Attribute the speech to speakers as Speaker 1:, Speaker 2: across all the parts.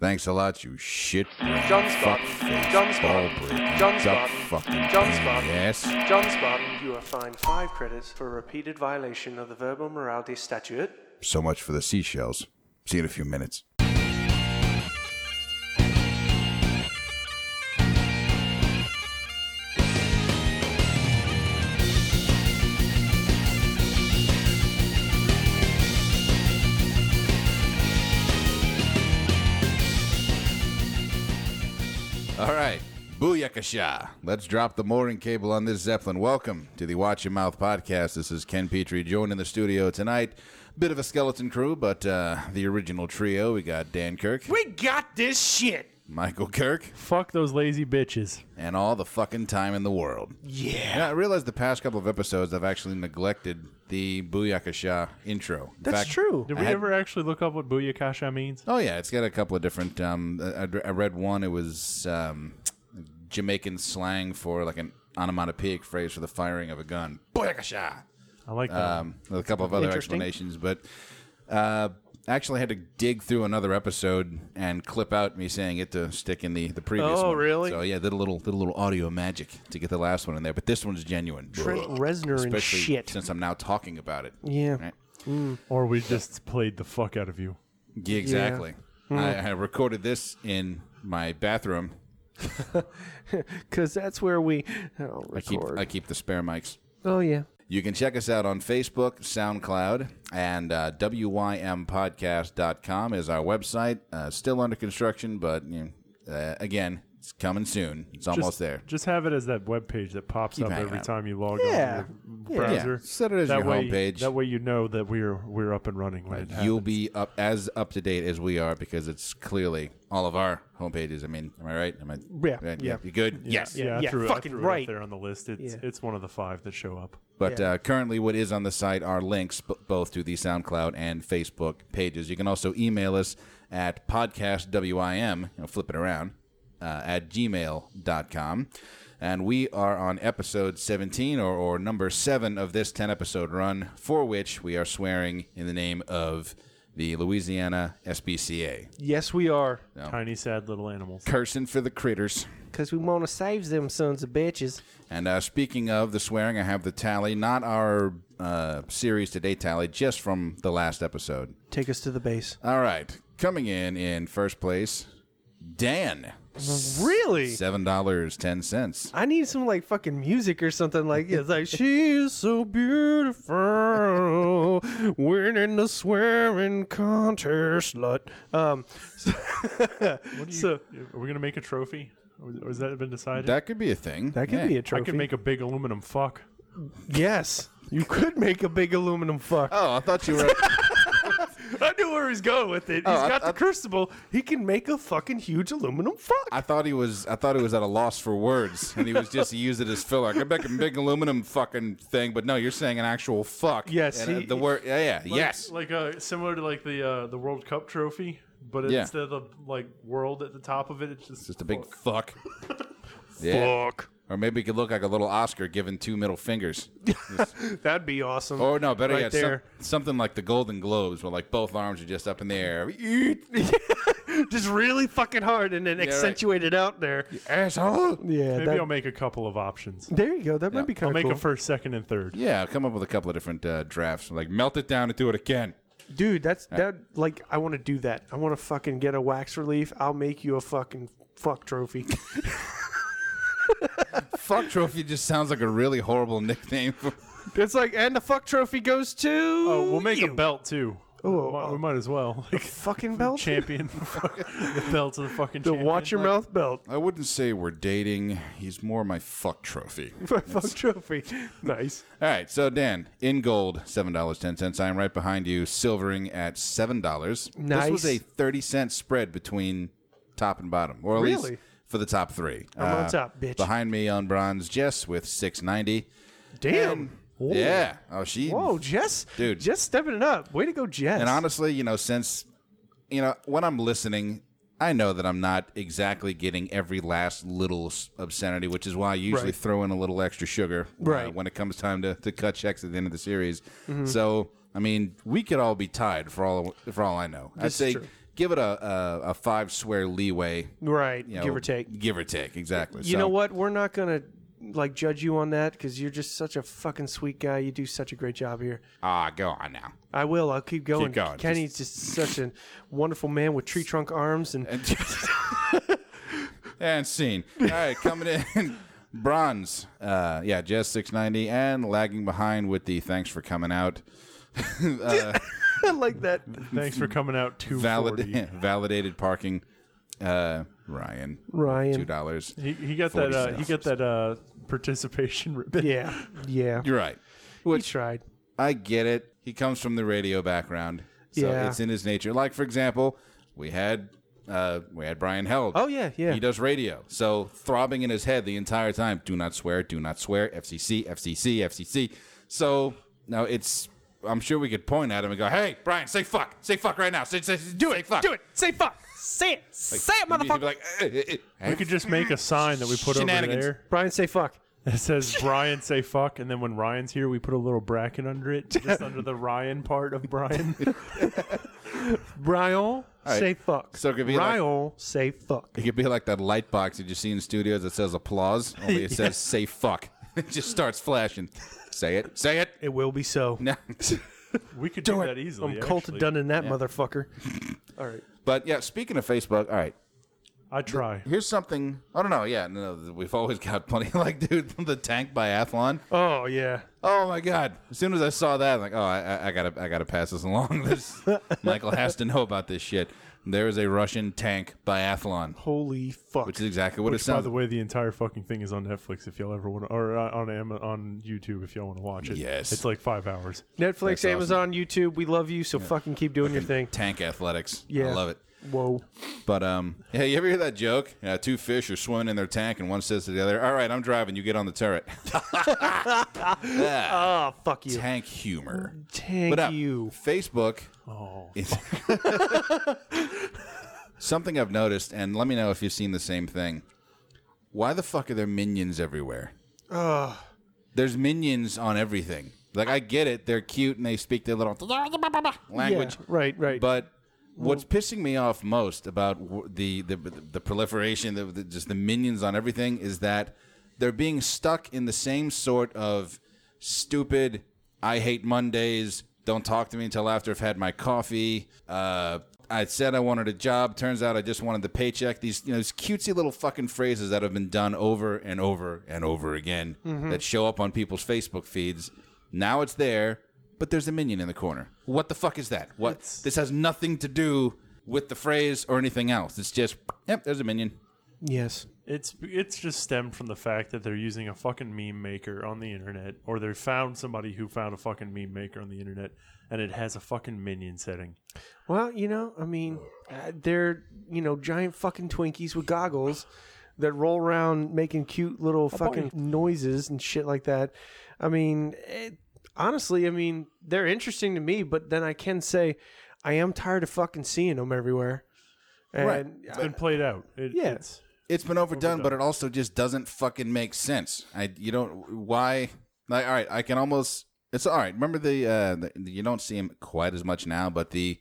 Speaker 1: Thanks a lot, you shit.
Speaker 2: John Spot. John Spot. John Spot.
Speaker 1: Fucking
Speaker 2: John Spot.
Speaker 1: Yes.
Speaker 2: John Spot, you are fined five credits for repeated violation of the verbal morality statute.
Speaker 1: So much for the seashells. See you in a few minutes. All right. Booyakasha. Let's drop the mooring cable on this Zeppelin. Welcome to the Watch Your Mouth podcast. This is Ken Petrie, joined in the studio tonight. Bit of a skeleton crew, but uh, the original trio. We got Dan Kirk,
Speaker 3: We got this shit.
Speaker 1: Michael Kirk,
Speaker 4: Fuck those lazy bitches.
Speaker 1: and all the fucking time in the world.
Speaker 3: Yeah.
Speaker 1: And I realize the past couple of episodes I've actually neglected the Booyakasha intro. In
Speaker 3: That's
Speaker 1: fact-
Speaker 3: true.
Speaker 4: Did
Speaker 1: I
Speaker 4: we
Speaker 1: had-
Speaker 4: ever actually look up what booyakasha means?
Speaker 1: Oh yeah, it's got a couple of different. Um, I, I- I read one. It was um, Jamaican slang for like an onomatopoeic phrase for the firing of a gun. Boyakasha.
Speaker 4: I like that.
Speaker 1: Um, with a couple of other
Speaker 3: Interesting.
Speaker 1: explanations, but uh, I actually had to dig through another episode and clip out me saying it to stick in the the previous.
Speaker 3: Oh,
Speaker 1: one.
Speaker 3: really?
Speaker 1: So yeah, did a little did a little audio magic to get the last one in there, but this one's genuine.
Speaker 3: Trent Reznor and
Speaker 1: Especially
Speaker 3: shit.
Speaker 1: since I'm now talking about it.
Speaker 3: Yeah.
Speaker 1: Right?
Speaker 4: or we just played the fuck out of you.
Speaker 1: Yeah, exactly.
Speaker 4: Hmm.
Speaker 1: I, I recorded this in my bathroom.
Speaker 3: Because that's where we oh,
Speaker 1: I keep
Speaker 3: record.
Speaker 1: I keep the spare mics.
Speaker 3: oh, yeah.
Speaker 1: You can check us out on Facebook, SoundCloud, and uh, WYMPodcast.com is our website. Uh, still under construction, but you know, uh, again, it's coming soon. It's almost
Speaker 4: just,
Speaker 1: there.
Speaker 4: Just have it as that web page that pops up
Speaker 1: hanging
Speaker 4: every
Speaker 1: out.
Speaker 4: time you log
Speaker 3: Yeah.
Speaker 4: on to
Speaker 3: Yeah.
Speaker 4: your browser.
Speaker 1: Yeah, set it as
Speaker 4: that
Speaker 1: your
Speaker 4: way,
Speaker 1: homepage.
Speaker 4: That way you know that we're we're up and running when it happens.
Speaker 1: You'll be up as up to date as we are because it's clearly all of our homepages. I mean, am I right? Am I?
Speaker 3: Yeah, yeah.
Speaker 1: You good? Yes.
Speaker 4: yeah, I
Speaker 3: yeah,
Speaker 4: threw, it- I
Speaker 3: fucking
Speaker 4: threw it up
Speaker 3: right.
Speaker 4: there on the list. It's
Speaker 3: Yeah.
Speaker 4: it's one of the five that show up.
Speaker 1: But uh, currently, what is on the site are links b- both to the SoundCloud and Facebook pages. You can also email us at podcastwim, you know, flip it around, uh, at gmail.com. And we are on episode 17 or, or number seven of this 10 episode run, for which we are swearing in the name of the Louisiana SPCA.
Speaker 3: Yes, we are.
Speaker 1: Oh.
Speaker 4: Tiny sad little animals.
Speaker 1: Cursing for the critters.
Speaker 3: Because we want to save them sons of bitches.
Speaker 1: And uh, speaking of the swearing, I have the tally, not our uh, series today tally, just from the last episode.
Speaker 3: Take us to the base.
Speaker 1: All right. Coming in in first place, Dan.
Speaker 3: Really?
Speaker 1: $7.10.
Speaker 3: I need some like fucking music or something like it's like she's so beautiful, winning the swearing contest, slut. Um, so,
Speaker 4: What do you-
Speaker 3: so-
Speaker 4: are we gonna make a trophy? Or or has that been decided?
Speaker 1: That could be a thing.
Speaker 3: that could
Speaker 1: Yeah.
Speaker 3: be a
Speaker 4: I
Speaker 3: trophy.
Speaker 4: could make a big aluminum fuck.
Speaker 3: yes, you could make a big aluminum fuck.
Speaker 1: Oh, I thought you were.
Speaker 3: I knew where he's going with it. He's
Speaker 1: I-
Speaker 3: got
Speaker 1: Oh, I-
Speaker 3: the crucible. He can make a fucking huge aluminum fuck.
Speaker 1: I thought he was. I thought he was at a loss for words, and he was just he used it as filler. I make a big aluminum fucking thing, but no, you're saying an actual fuck.
Speaker 3: Yes,
Speaker 1: And, uh,
Speaker 3: he-
Speaker 1: the word. Yeah, yeah, yes.
Speaker 4: like uh, similar to like the uh, the World Cup trophy, but
Speaker 1: Yeah.
Speaker 4: instead of the like world at the top of it, it's just,
Speaker 1: Just a big fuck. Yeah.
Speaker 3: Fuck.
Speaker 1: Or maybe it could look like a little Oscar giving two middle fingers.
Speaker 3: That'd be awesome.
Speaker 1: Or Oh, no, better
Speaker 3: Right
Speaker 1: yet,
Speaker 3: there.
Speaker 1: some, something like the Golden Globes, where like both arms are just up in the air. Eat,
Speaker 3: Just really fucking hard and then
Speaker 1: right.
Speaker 3: accentuate it out there.
Speaker 1: asshole.
Speaker 3: Yeah,
Speaker 4: Maybe
Speaker 3: that-
Speaker 4: I'll make a couple of options.
Speaker 3: there you go. That might be kind
Speaker 4: I'll
Speaker 3: of
Speaker 4: make
Speaker 3: cool.
Speaker 4: a first, second, and third.
Speaker 1: Yeah, I'll come up with a couple of different uh, drafts. Like melt it down and do it again.
Speaker 3: Dude, that's that. Like, I want to do that. I want to fucking get a wax relief. I'll make you a fucking fuck trophy.
Speaker 1: Fuck trophy just sounds like a really horrible nickname. For,
Speaker 3: it's like, and the fuck trophy goes to.
Speaker 4: Oh, we'll make a belt too.
Speaker 3: Oh,
Speaker 4: we, might-
Speaker 3: oh.
Speaker 4: we might as well. Like
Speaker 3: fucking belt.
Speaker 4: champion, the belt to the fucking.
Speaker 3: the
Speaker 4: champion.
Speaker 3: watch your mouth belt.
Speaker 1: I wouldn't say we're dating. He's more my fuck trophy.
Speaker 3: fuck trophy. Nice.
Speaker 1: All right, so Dan in gold, seven dollars ten cents. I am right behind you, silvering at seven dollars. This was
Speaker 3: Nice.
Speaker 1: a thirty cent spread between top and bottom, or at least
Speaker 3: Really?
Speaker 1: for the top three. Uh,
Speaker 3: I'm on top, bitch.
Speaker 1: Behind me on bronze, Jess with six ninety.
Speaker 3: Damn.
Speaker 1: Yeah. Oh, she.
Speaker 3: Whoa, Jess.
Speaker 1: Dude.
Speaker 3: Jess stepping it up. Way to go, Jess.
Speaker 1: And honestly, you know, since you know when I'm listening, I know that I'm not exactly getting every last little s- obscenity, which is why I usually
Speaker 3: Right.
Speaker 1: throw in a little extra sugar uh,
Speaker 3: Right. Mm-hmm.
Speaker 1: when it comes time to, to cut checks at the end of the series. So I mean, we could all be tied for all for all I know. I'd
Speaker 3: is
Speaker 1: say
Speaker 3: true.
Speaker 1: give it a, a, a five swear leeway.
Speaker 3: Right,
Speaker 1: you know,
Speaker 3: give or take.
Speaker 1: Give or take, exactly.
Speaker 3: You
Speaker 1: So-
Speaker 3: know what? We're not gonna like judge you on that because you're just such a fucking sweet guy. You do such a great job here.
Speaker 1: Ah, go on now.
Speaker 3: I will. I'll keep going.
Speaker 1: going.
Speaker 3: Kenny's just, such a wonderful man with tree trunk arms and
Speaker 1: And scene. All right, coming in. Bronze. Uh, yeah, Jazz 690 and lagging behind with the thanks for coming out.
Speaker 3: I like that.
Speaker 4: Thanks for coming out two forty.
Speaker 1: Valid- validated parking. Uh, Ryan.
Speaker 3: Ryan.
Speaker 1: Two dollars.
Speaker 4: He, he got that. Uh,
Speaker 1: 40
Speaker 4: he got that uh, participation ribbon.
Speaker 3: Yeah, yeah.
Speaker 1: You're right.
Speaker 3: He
Speaker 1: Which
Speaker 3: tried.
Speaker 1: I get it. He comes from the radio background, so
Speaker 3: Yeah.
Speaker 1: it's in his nature. Like for example, we had uh, we had Brian Held.
Speaker 3: Oh, yeah, yeah.
Speaker 1: He does radio, so throbbing in his head the entire time. Do not swear. Do not swear. FCC. FCC. FCC. So now it's. I'm sure we could point at him and go, "Hey, Brian, say fuck, say fuck right now, say, say, do it, say fuck,
Speaker 5: Do it. Say fuck. Say it. Say it,
Speaker 1: He'd be
Speaker 5: motherfucker.
Speaker 1: like, eh, eh, eh, eh.
Speaker 4: We could just make a sign that we put over
Speaker 1: Shenanigans.
Speaker 4: there
Speaker 3: Brian, say fuck.
Speaker 4: that says Brian say fuck, and then when Ryan's here, we put a little bracket under it, just under the Ryan part of Brian.
Speaker 3: Brian, say fuck.
Speaker 1: So it could be like-
Speaker 3: Brian, say fuck.
Speaker 1: It could be like that light box that you see in studios that says applause, only it says say fuck. It just starts flashing. Say it, say it.
Speaker 3: It will be so.
Speaker 1: No.
Speaker 4: We could do, that easily.
Speaker 3: I'm cold
Speaker 4: actually.
Speaker 3: done in that motherfucker. All right.
Speaker 1: But yeah, speaking of Facebook, all right.
Speaker 4: I try.
Speaker 1: Here's something. I don't know. Yeah, no, no, we've always got plenty. Like, dude, the tank biathlon.
Speaker 3: Oh yeah.
Speaker 1: Oh my god! As soon as I saw that, I'm like, oh, I, I- I gotta, I gotta pass this along. This Michael has to know about this shit. There is a Russian tank biathlon,
Speaker 3: Holy fuck.
Speaker 1: which is exactly what it
Speaker 4: Which, by
Speaker 1: sounds.
Speaker 4: the way, the entire fucking thing is on Netflix if y'all ever want to, or uh, on Am- on YouTube if y'all want to watch it.
Speaker 1: Yes.
Speaker 4: It's like five hours.
Speaker 3: Netflix,
Speaker 1: That's awesome.
Speaker 3: Amazon, YouTube. We love you. So fucking keep doing your thing.
Speaker 1: tank athletics.
Speaker 3: Yeah.
Speaker 1: I love it.
Speaker 3: Whoa.
Speaker 1: But um, hey, you ever hear that joke? Uh, two fish are swimming in their tank, and one says to the other, "All right, I'm driving. You get on the turret."
Speaker 3: Oh fuck you.
Speaker 1: tank humor.
Speaker 3: Thank
Speaker 1: But uh,
Speaker 3: you.
Speaker 1: Facebook. is- something I've noticed, and let me know if you've seen the same thing. Why the fuck are there minions everywhere? There's minions on everything. Like I get it, they're cute and they speak their little language.
Speaker 3: Yeah, right. Right.
Speaker 1: But what's pissing me off most about w- the the, the proliferation, the, the, just the minions on everything, is that they're being stuck in the same sort of stupid. I hate Mondays. Don't talk to me until after I've had my coffee. Uh, I said I wanted a job. Turns out I just wanted the paycheck. These you know these cutesy little fucking phrases that have been done over and over and over again that show up on people's Facebook feeds. Now it's there, but there's a minion in the corner. What the fuck is that? What this has nothing to do with the phrase or anything else. It's just yep, there's a minion.
Speaker 3: yes.
Speaker 4: It's it's just stemmed from the fact that they're using a fucking meme maker on the internet, or they found somebody who found a fucking meme maker on the internet, and it has a fucking minion setting.
Speaker 3: Well, you know, I mean, uh, they're you know giant fucking Twinkies with goggles that roll around making cute little fucking noises and shit like that. I mean, it, honestly, I mean they're interesting to me, but then I can say I am tired of fucking seeing them everywhere. And uh,
Speaker 1: Right.
Speaker 4: It's been played out. It,
Speaker 3: Yeah.
Speaker 4: It's,
Speaker 1: It's been overdone, but it also just doesn't fucking make sense. I you don't why like all right, I can almost it's all right. Remember the, uh, the you don't see him quite as much now, but the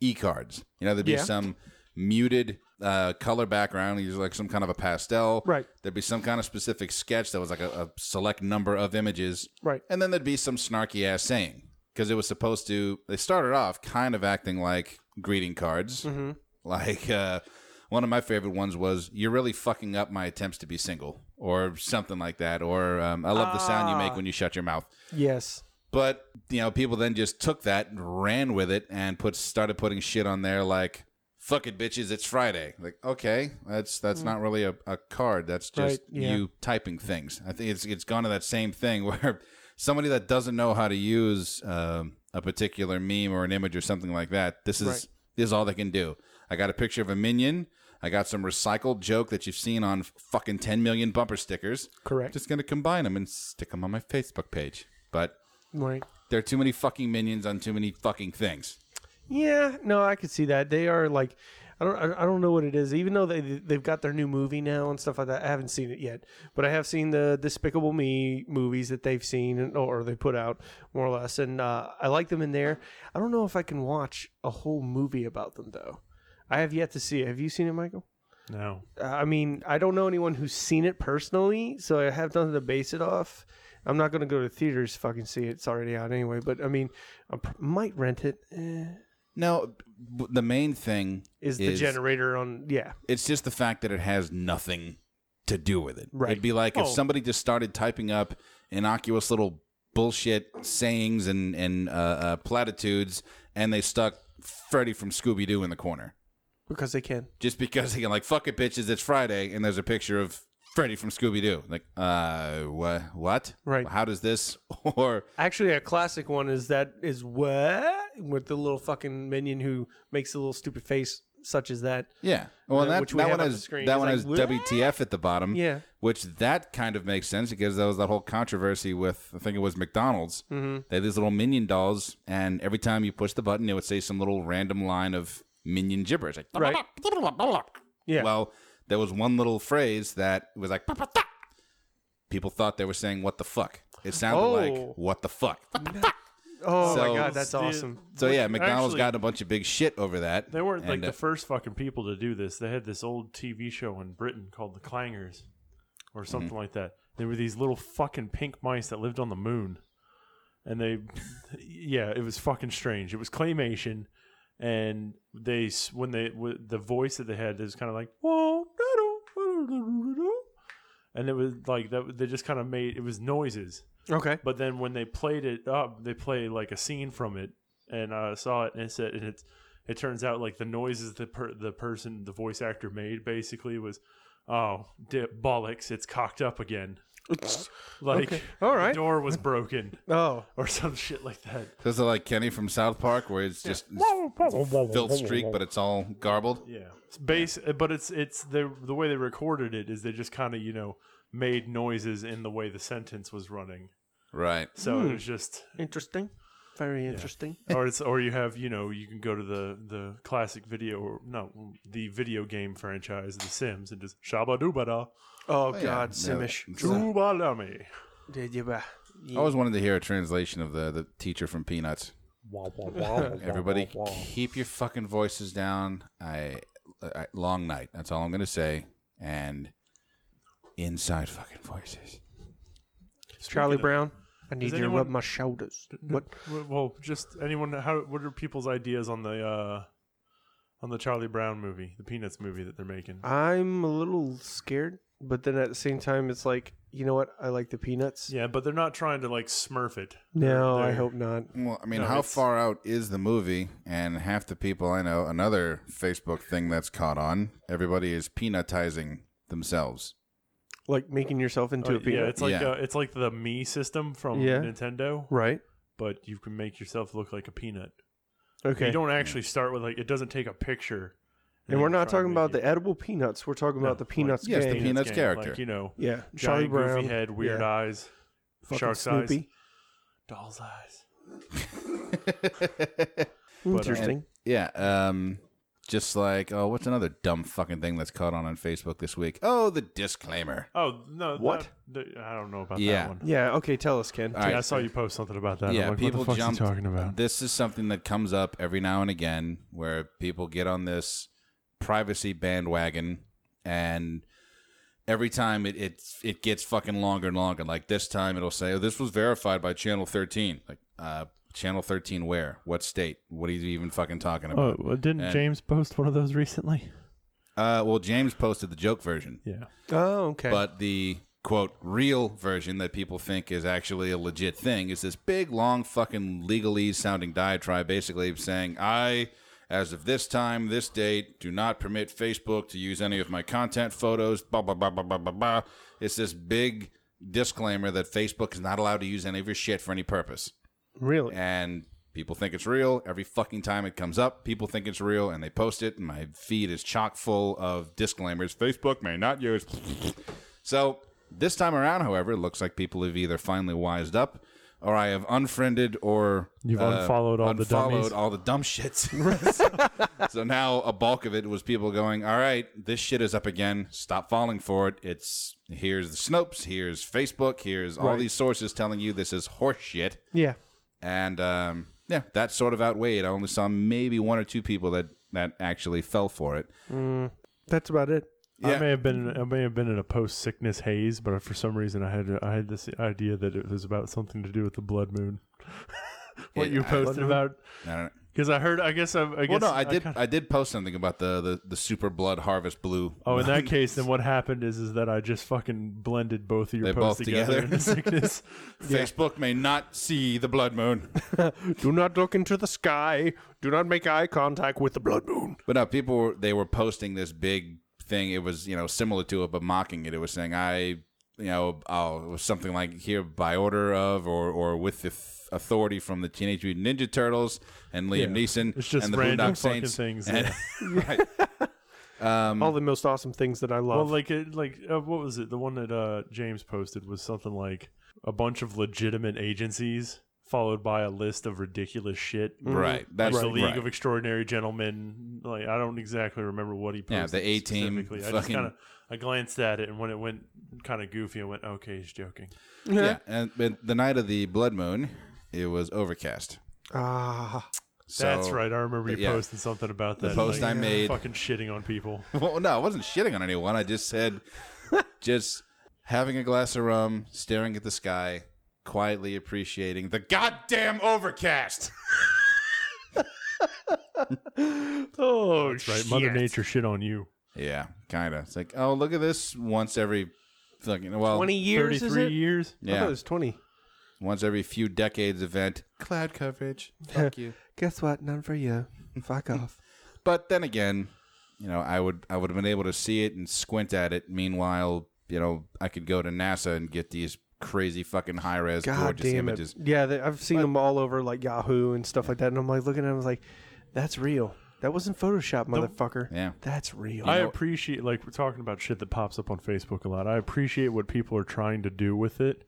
Speaker 1: e cards. You know, there'd be
Speaker 3: Yeah.
Speaker 1: some muted uh, color background. He's like some kind of a pastel.
Speaker 3: Right.
Speaker 1: There'd be some kind of specific sketch that was like a, a select number of images.
Speaker 3: Right.
Speaker 1: And then there'd be some snarky ass saying because it was supposed to. They started off kind of acting like greeting cards. Mm-hmm. Like uh, one of my favorite ones was "You're really fucking up my attempts to be single" or something like that. Or um, "I love the sound you make when you shut your mouth."
Speaker 3: yes,
Speaker 1: But you know, people then just took that, and ran with it, and put started putting shit on there like "fuck it, bitches, it's Friday." Like, okay, that's that's not really a, a card. That's just
Speaker 3: Mm. Right, yeah.
Speaker 1: you typing things. I think it's it's gone to that same thing where somebody that doesn't know how to use um, a particular meme or an image or something like that. This is
Speaker 3: Right.
Speaker 1: this is all they can do. I got a picture of a minion. I got some recycled joke that you've seen on fucking 10 million bumper stickers.
Speaker 3: Correct.
Speaker 1: Just going to combine them and stick them on my Facebook page. But
Speaker 3: right.
Speaker 1: there are too many fucking minions on too many fucking things.
Speaker 3: Yeah, no, I could see that. They are like, I don't, I I don't know what it is. Even though they they've got their new movie now and stuff like that, I haven't seen it yet, but I have seen the Despicable Me movies that they've seen and, or they put out more or less, and uh, I like them in there. I don't know if I can watch a whole movie about them though. I have yet to see it. Have you seen it, Michael?
Speaker 4: No.
Speaker 3: Uh, I mean, I don't know anyone who's seen it personally, so I have nothing to base it off. I'm not going to go to theaters to fucking see it. It's already out anyway. But I mean, I pr- might rent it. Eh.
Speaker 1: No, b- the main thing
Speaker 3: Is the generator on? Yeah,
Speaker 1: It's just the fact that it has nothing to do with it.
Speaker 3: Right.
Speaker 1: It'd be like if
Speaker 4: Oh.
Speaker 1: somebody just started typing up innocuous little bullshit sayings and and uh, uh, platitudes, and they stuck Freddy from Scooby Doo in the corner
Speaker 3: because they can.
Speaker 1: just because they can like fuck it, bitches. It's Friday, and there's a picture of Freddy from Scooby Doo. Like, uh, what? What?
Speaker 3: Right.
Speaker 1: How does this or
Speaker 3: Actually, a classic one is that is what with the little fucking minion who makes a little stupid face, such as that.
Speaker 1: Yeah. Well,
Speaker 3: Uh,
Speaker 1: that,
Speaker 3: which we
Speaker 1: that
Speaker 3: have
Speaker 1: one
Speaker 3: on the
Speaker 1: has
Speaker 3: screen.
Speaker 1: that
Speaker 3: It's
Speaker 1: one
Speaker 3: like,
Speaker 1: has
Speaker 3: "What?"
Speaker 1: WTF at the bottom.
Speaker 3: Yeah.
Speaker 1: Which that kind of makes sense because there was that whole controversy with I think it was McDonald's. Mm-hmm. They had these little minion dolls, and every time you push the button, it would say some little random line of minion gibberish. Like,
Speaker 3: Right. Yeah.
Speaker 1: Well, there was one little phrase that was like. People thought they were saying "what the fuck." It sounded
Speaker 3: Oh.
Speaker 1: like "what the fuck."
Speaker 3: Oh my
Speaker 1: So-
Speaker 3: god, that's
Speaker 4: The-
Speaker 3: awesome.
Speaker 1: So yeah, McDonald's
Speaker 4: Actually-
Speaker 1: got a bunch of big shit over that.
Speaker 4: They weren't like
Speaker 1: And,
Speaker 4: the
Speaker 1: uh,
Speaker 4: first fucking people to do this. They had this old TV show in Britain called The Clangers or
Speaker 1: Mm-hmm.
Speaker 4: something like that. They were these little fucking pink mice that lived on the moon. And they, yeah, it was fucking strange. It was claymation. And they, s- when they, w- the voice that they had is kind of like, whoa, and it was like that. They just kind of made it was noises.
Speaker 3: Okay,
Speaker 4: But then when they played it up, they play like a scene from it, and I saw it, and it said, and it's it turns out like the noises the per, the person the voice actor made basically was, oh dip bollocks, it's cocked up again, like
Speaker 3: Okay. All right.
Speaker 4: the door was broken
Speaker 3: Oh,
Speaker 4: or some shit like that.
Speaker 1: Those are like Kenny from South Park, where it's just filth streak, but it's all garbled.
Speaker 4: Yeah, it's base, but it's it's the the way they recorded it is they just kind of you know made noises in the way the sentence was running,
Speaker 1: Right.
Speaker 4: so it was just
Speaker 3: interesting. Very interesting.
Speaker 4: or it's or you have you know you can go to the the classic video or no the video game franchise The Sims and just shaba dooba
Speaker 3: Oh
Speaker 1: yeah,
Speaker 3: god,
Speaker 1: no,
Speaker 3: Simish.
Speaker 1: it's not-
Speaker 4: doobalami.
Speaker 3: Did you uh, ba-
Speaker 1: I always wanted to hear a translation of the, the teacher from Peanuts. Everybody, keep your fucking voices down. I, I long night. That's all I'm gonna say. And inside fucking voices.
Speaker 3: Charlie Brown? I need you to rub
Speaker 4: anyone-
Speaker 3: my shoulders. What?
Speaker 4: Well, well, just anyone. How what are people's ideas on the uh on the Charlie Brown movie, the Peanuts movie that they're making?
Speaker 3: Uh, I'm a little scared, but then at the same time, it's like you know what? I like the peanuts.
Speaker 4: Yeah, but they're not trying to like smurf it.
Speaker 3: No, I
Speaker 4: They're-
Speaker 3: hope not.
Speaker 1: Well, I mean,
Speaker 4: No,
Speaker 1: how
Speaker 4: it's-
Speaker 1: far out is the movie? And half the people I know, another Facebook thing that's caught on. Everybody is peanutizing themselves.
Speaker 3: Like making yourself into
Speaker 4: Uh,
Speaker 3: a peanut,
Speaker 4: yeah, it's like
Speaker 1: Yeah.
Speaker 4: Uh, it's like the me system from
Speaker 3: Yeah.
Speaker 4: Nintendo,
Speaker 3: right?
Speaker 4: but you can make yourself look like a peanut.
Speaker 3: Okay.
Speaker 4: You don't actually start with like it doesn't take a picture.
Speaker 3: and we're not talking about
Speaker 4: the.
Speaker 3: the edible peanuts. We're talking about
Speaker 4: No,
Speaker 3: the
Speaker 4: like-
Speaker 3: peanuts
Speaker 1: Yes, the
Speaker 3: game.
Speaker 1: peanut- Peanuts
Speaker 4: game,
Speaker 1: character.
Speaker 4: like, you know,
Speaker 3: yeah, Charlie
Speaker 4: giant
Speaker 3: Brown,
Speaker 4: goofy head, weird
Speaker 3: yeah.
Speaker 4: eyes,
Speaker 3: Fucking
Speaker 4: shark's eyes,
Speaker 3: Snoopy.
Speaker 4: doll's eyes. uh,
Speaker 3: Interesting.
Speaker 1: Yeah. Um, just like, oh, what's another dumb fucking thing that's caught on on Facebook this week? Oh, the disclaimer.
Speaker 4: Oh no!
Speaker 3: What?
Speaker 4: that- th- I don't know about
Speaker 1: Yeah.
Speaker 4: that one.
Speaker 3: yeah. Okay. Tell us, Ken.
Speaker 1: All right.
Speaker 4: Yeah, I saw you post something about that.
Speaker 1: yeah,
Speaker 4: I'm like,
Speaker 1: people
Speaker 4: what the
Speaker 1: jump.
Speaker 4: fuck's he talking about?
Speaker 1: This is something that comes up every now and again where people get on this privacy bandwagon and every time it it, it gets fucking longer and longer. Like this time it'll say, "Oh, this was verified by channel 13." Like uh channel 13 where? What state? What are you even fucking talking
Speaker 4: Oh.
Speaker 1: about?
Speaker 4: didn't
Speaker 1: and-
Speaker 4: James post one of those recently?
Speaker 1: Uh well, James posted the joke version.
Speaker 4: Yeah.
Speaker 3: Oh, okay.
Speaker 1: But the quote real version that people think is actually a legit thing is this big long fucking legalese sounding diatribe basically saying I as of this time, this date, do not permit Facebook to use any of my content photos, blah blah blah blah blah blah blah. It's this big disclaimer that Facebook is not allowed to use any of your shit for any purpose.
Speaker 3: really?
Speaker 1: And people think it's real. Every fucking time it comes up, people think it's real and they post it. And my feed is chock full of disclaimers. Facebook may not use. So this time around, however, it looks like people have either finally wised up or I have unfriended or uh,
Speaker 4: You've unfollowed all the
Speaker 1: unfollowed
Speaker 4: dummies.
Speaker 1: all the dumb shits. so now a bulk of it was people going, "All right, this shit is up again. Stop falling for it. It's here's the Snopes, here's Facebook, here's all these sources telling you this is horse shit."
Speaker 3: yeah.
Speaker 1: and um, yeah, that sort of outweighed. I only saw maybe one or two people that that actually fell for it.
Speaker 3: That's about it.
Speaker 4: I may have been I may have been in a post sickness haze, but for some reason I had I had this idea that it was about something to do with the blood moon. what
Speaker 1: Yeah,
Speaker 4: you
Speaker 1: I-
Speaker 4: posted about?
Speaker 1: I don't know.
Speaker 4: Because I heard. I guess I, I
Speaker 1: Well,
Speaker 4: guess
Speaker 1: no, I did.
Speaker 4: kinda-
Speaker 1: I did post something about the the, the super blood harvest blue.
Speaker 4: oh, in that case, then what happened is is that I just fucking blended both of
Speaker 1: They
Speaker 4: your posts
Speaker 1: both
Speaker 4: together,
Speaker 1: together.
Speaker 4: in sickness.
Speaker 1: Facebook may not see the blood moon,
Speaker 3: Do not look into the sky. Do not make eye contact with the blood moon.
Speaker 1: but no, people were, they were posting this big thing. It was you know similar to it, but mocking it. It was saying I, you know, oh, it was something like here by order of or or with the f- authority from the Teenage Mutant Ninja Turtles and Liam
Speaker 4: Yeah.
Speaker 1: Neeson
Speaker 4: It's just
Speaker 1: and the
Speaker 4: random
Speaker 1: Boondock
Speaker 4: fucking
Speaker 1: Saints
Speaker 4: things,
Speaker 1: and- right. Um,
Speaker 3: All the most awesome things that I love.
Speaker 4: Well, like it, like uh, what was it? The one that uh, James posted was something like a bunch of legitimate agencies followed by a list of ridiculous shit.
Speaker 1: Mm-hmm. Right. That's
Speaker 4: Like the League
Speaker 1: right.
Speaker 4: of Extraordinary Gentlemen. Like I don't exactly remember what he posted.
Speaker 1: Yeah, the A-Team
Speaker 4: specifically. I just
Speaker 1: fucking-
Speaker 4: kind of I glanced at it, and when it went kind of goofy, I went, "Okay, he's joking."
Speaker 1: yeah. And but the night of the blood moon, it was overcast.
Speaker 3: ah,
Speaker 1: So,
Speaker 4: That's right. I remember you
Speaker 1: yeah.
Speaker 4: posting something about that.
Speaker 1: post
Speaker 4: like,
Speaker 1: I made-
Speaker 4: fucking shitting on people.
Speaker 1: Well, no, I wasn't shitting on anyone. I just said, just having a glass of rum, staring at the sky, quietly appreciating the goddamn overcast.
Speaker 4: oh, That's right. Mother
Speaker 5: shit.
Speaker 4: Nature shit on you.
Speaker 1: yeah, kind of. It's like, oh, look at this once every fucking well,
Speaker 3: twenty years is
Speaker 4: Thirty-three
Speaker 3: it?
Speaker 4: years.
Speaker 3: I thought it
Speaker 1: yeah,
Speaker 3: was twenty.
Speaker 1: once every few decades event. Cloud coverage. Fuck you.
Speaker 3: Guess what? None for you. Fuck off.
Speaker 1: But then again, you know, I would I would have been able to see it and squint at it. Meanwhile, you know, I could go to NASA and get these crazy fucking high res
Speaker 3: God
Speaker 1: gorgeous
Speaker 3: damn
Speaker 1: images.
Speaker 3: it. Yeah, they, I've seen them all over like Yahoo and stuff like that, and I'm like looking at them, I was like, that's real. That wasn't Photoshop, motherfucker.
Speaker 1: Yeah.
Speaker 3: That's real.
Speaker 4: I appreciate like we're talking about shit that pops up on Facebook a lot. I appreciate what people are trying to do with it.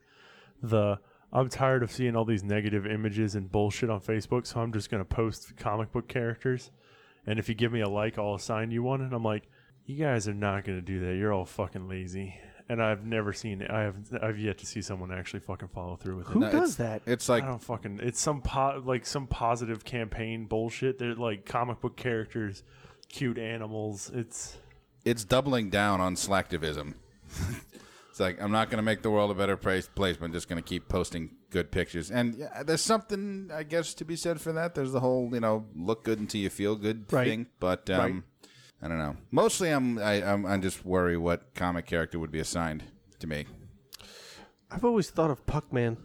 Speaker 4: The I'm tired of seeing all these negative images and bullshit on Facebook, so I'm just gonna post comic book characters. And if you give me a like, I'll assign you one. And I'm like, you guys are not gonna do that. You're all fucking lazy. And I've never seen it. I have I've yet to see someone actually fucking follow through with it.
Speaker 3: Who
Speaker 1: No,
Speaker 3: does
Speaker 1: it's-
Speaker 3: that?
Speaker 1: It's like
Speaker 4: I don't fucking. It's some po- like some positive campaign bullshit. They're like comic book characters, cute animals. It's
Speaker 1: it's doubling down on slacktivism. it's like I'm not going to make the world a better place, place but I'm just going to keep posting good pictures. And yeah, there's something I guess to be said for that. There's the whole you know look good until you feel good
Speaker 3: Right.
Speaker 1: thing. But um,
Speaker 3: Right.
Speaker 1: I don't know. Mostly I'm I, I'm I just worry what comic character would be assigned to me.
Speaker 3: I've always thought of Puckman.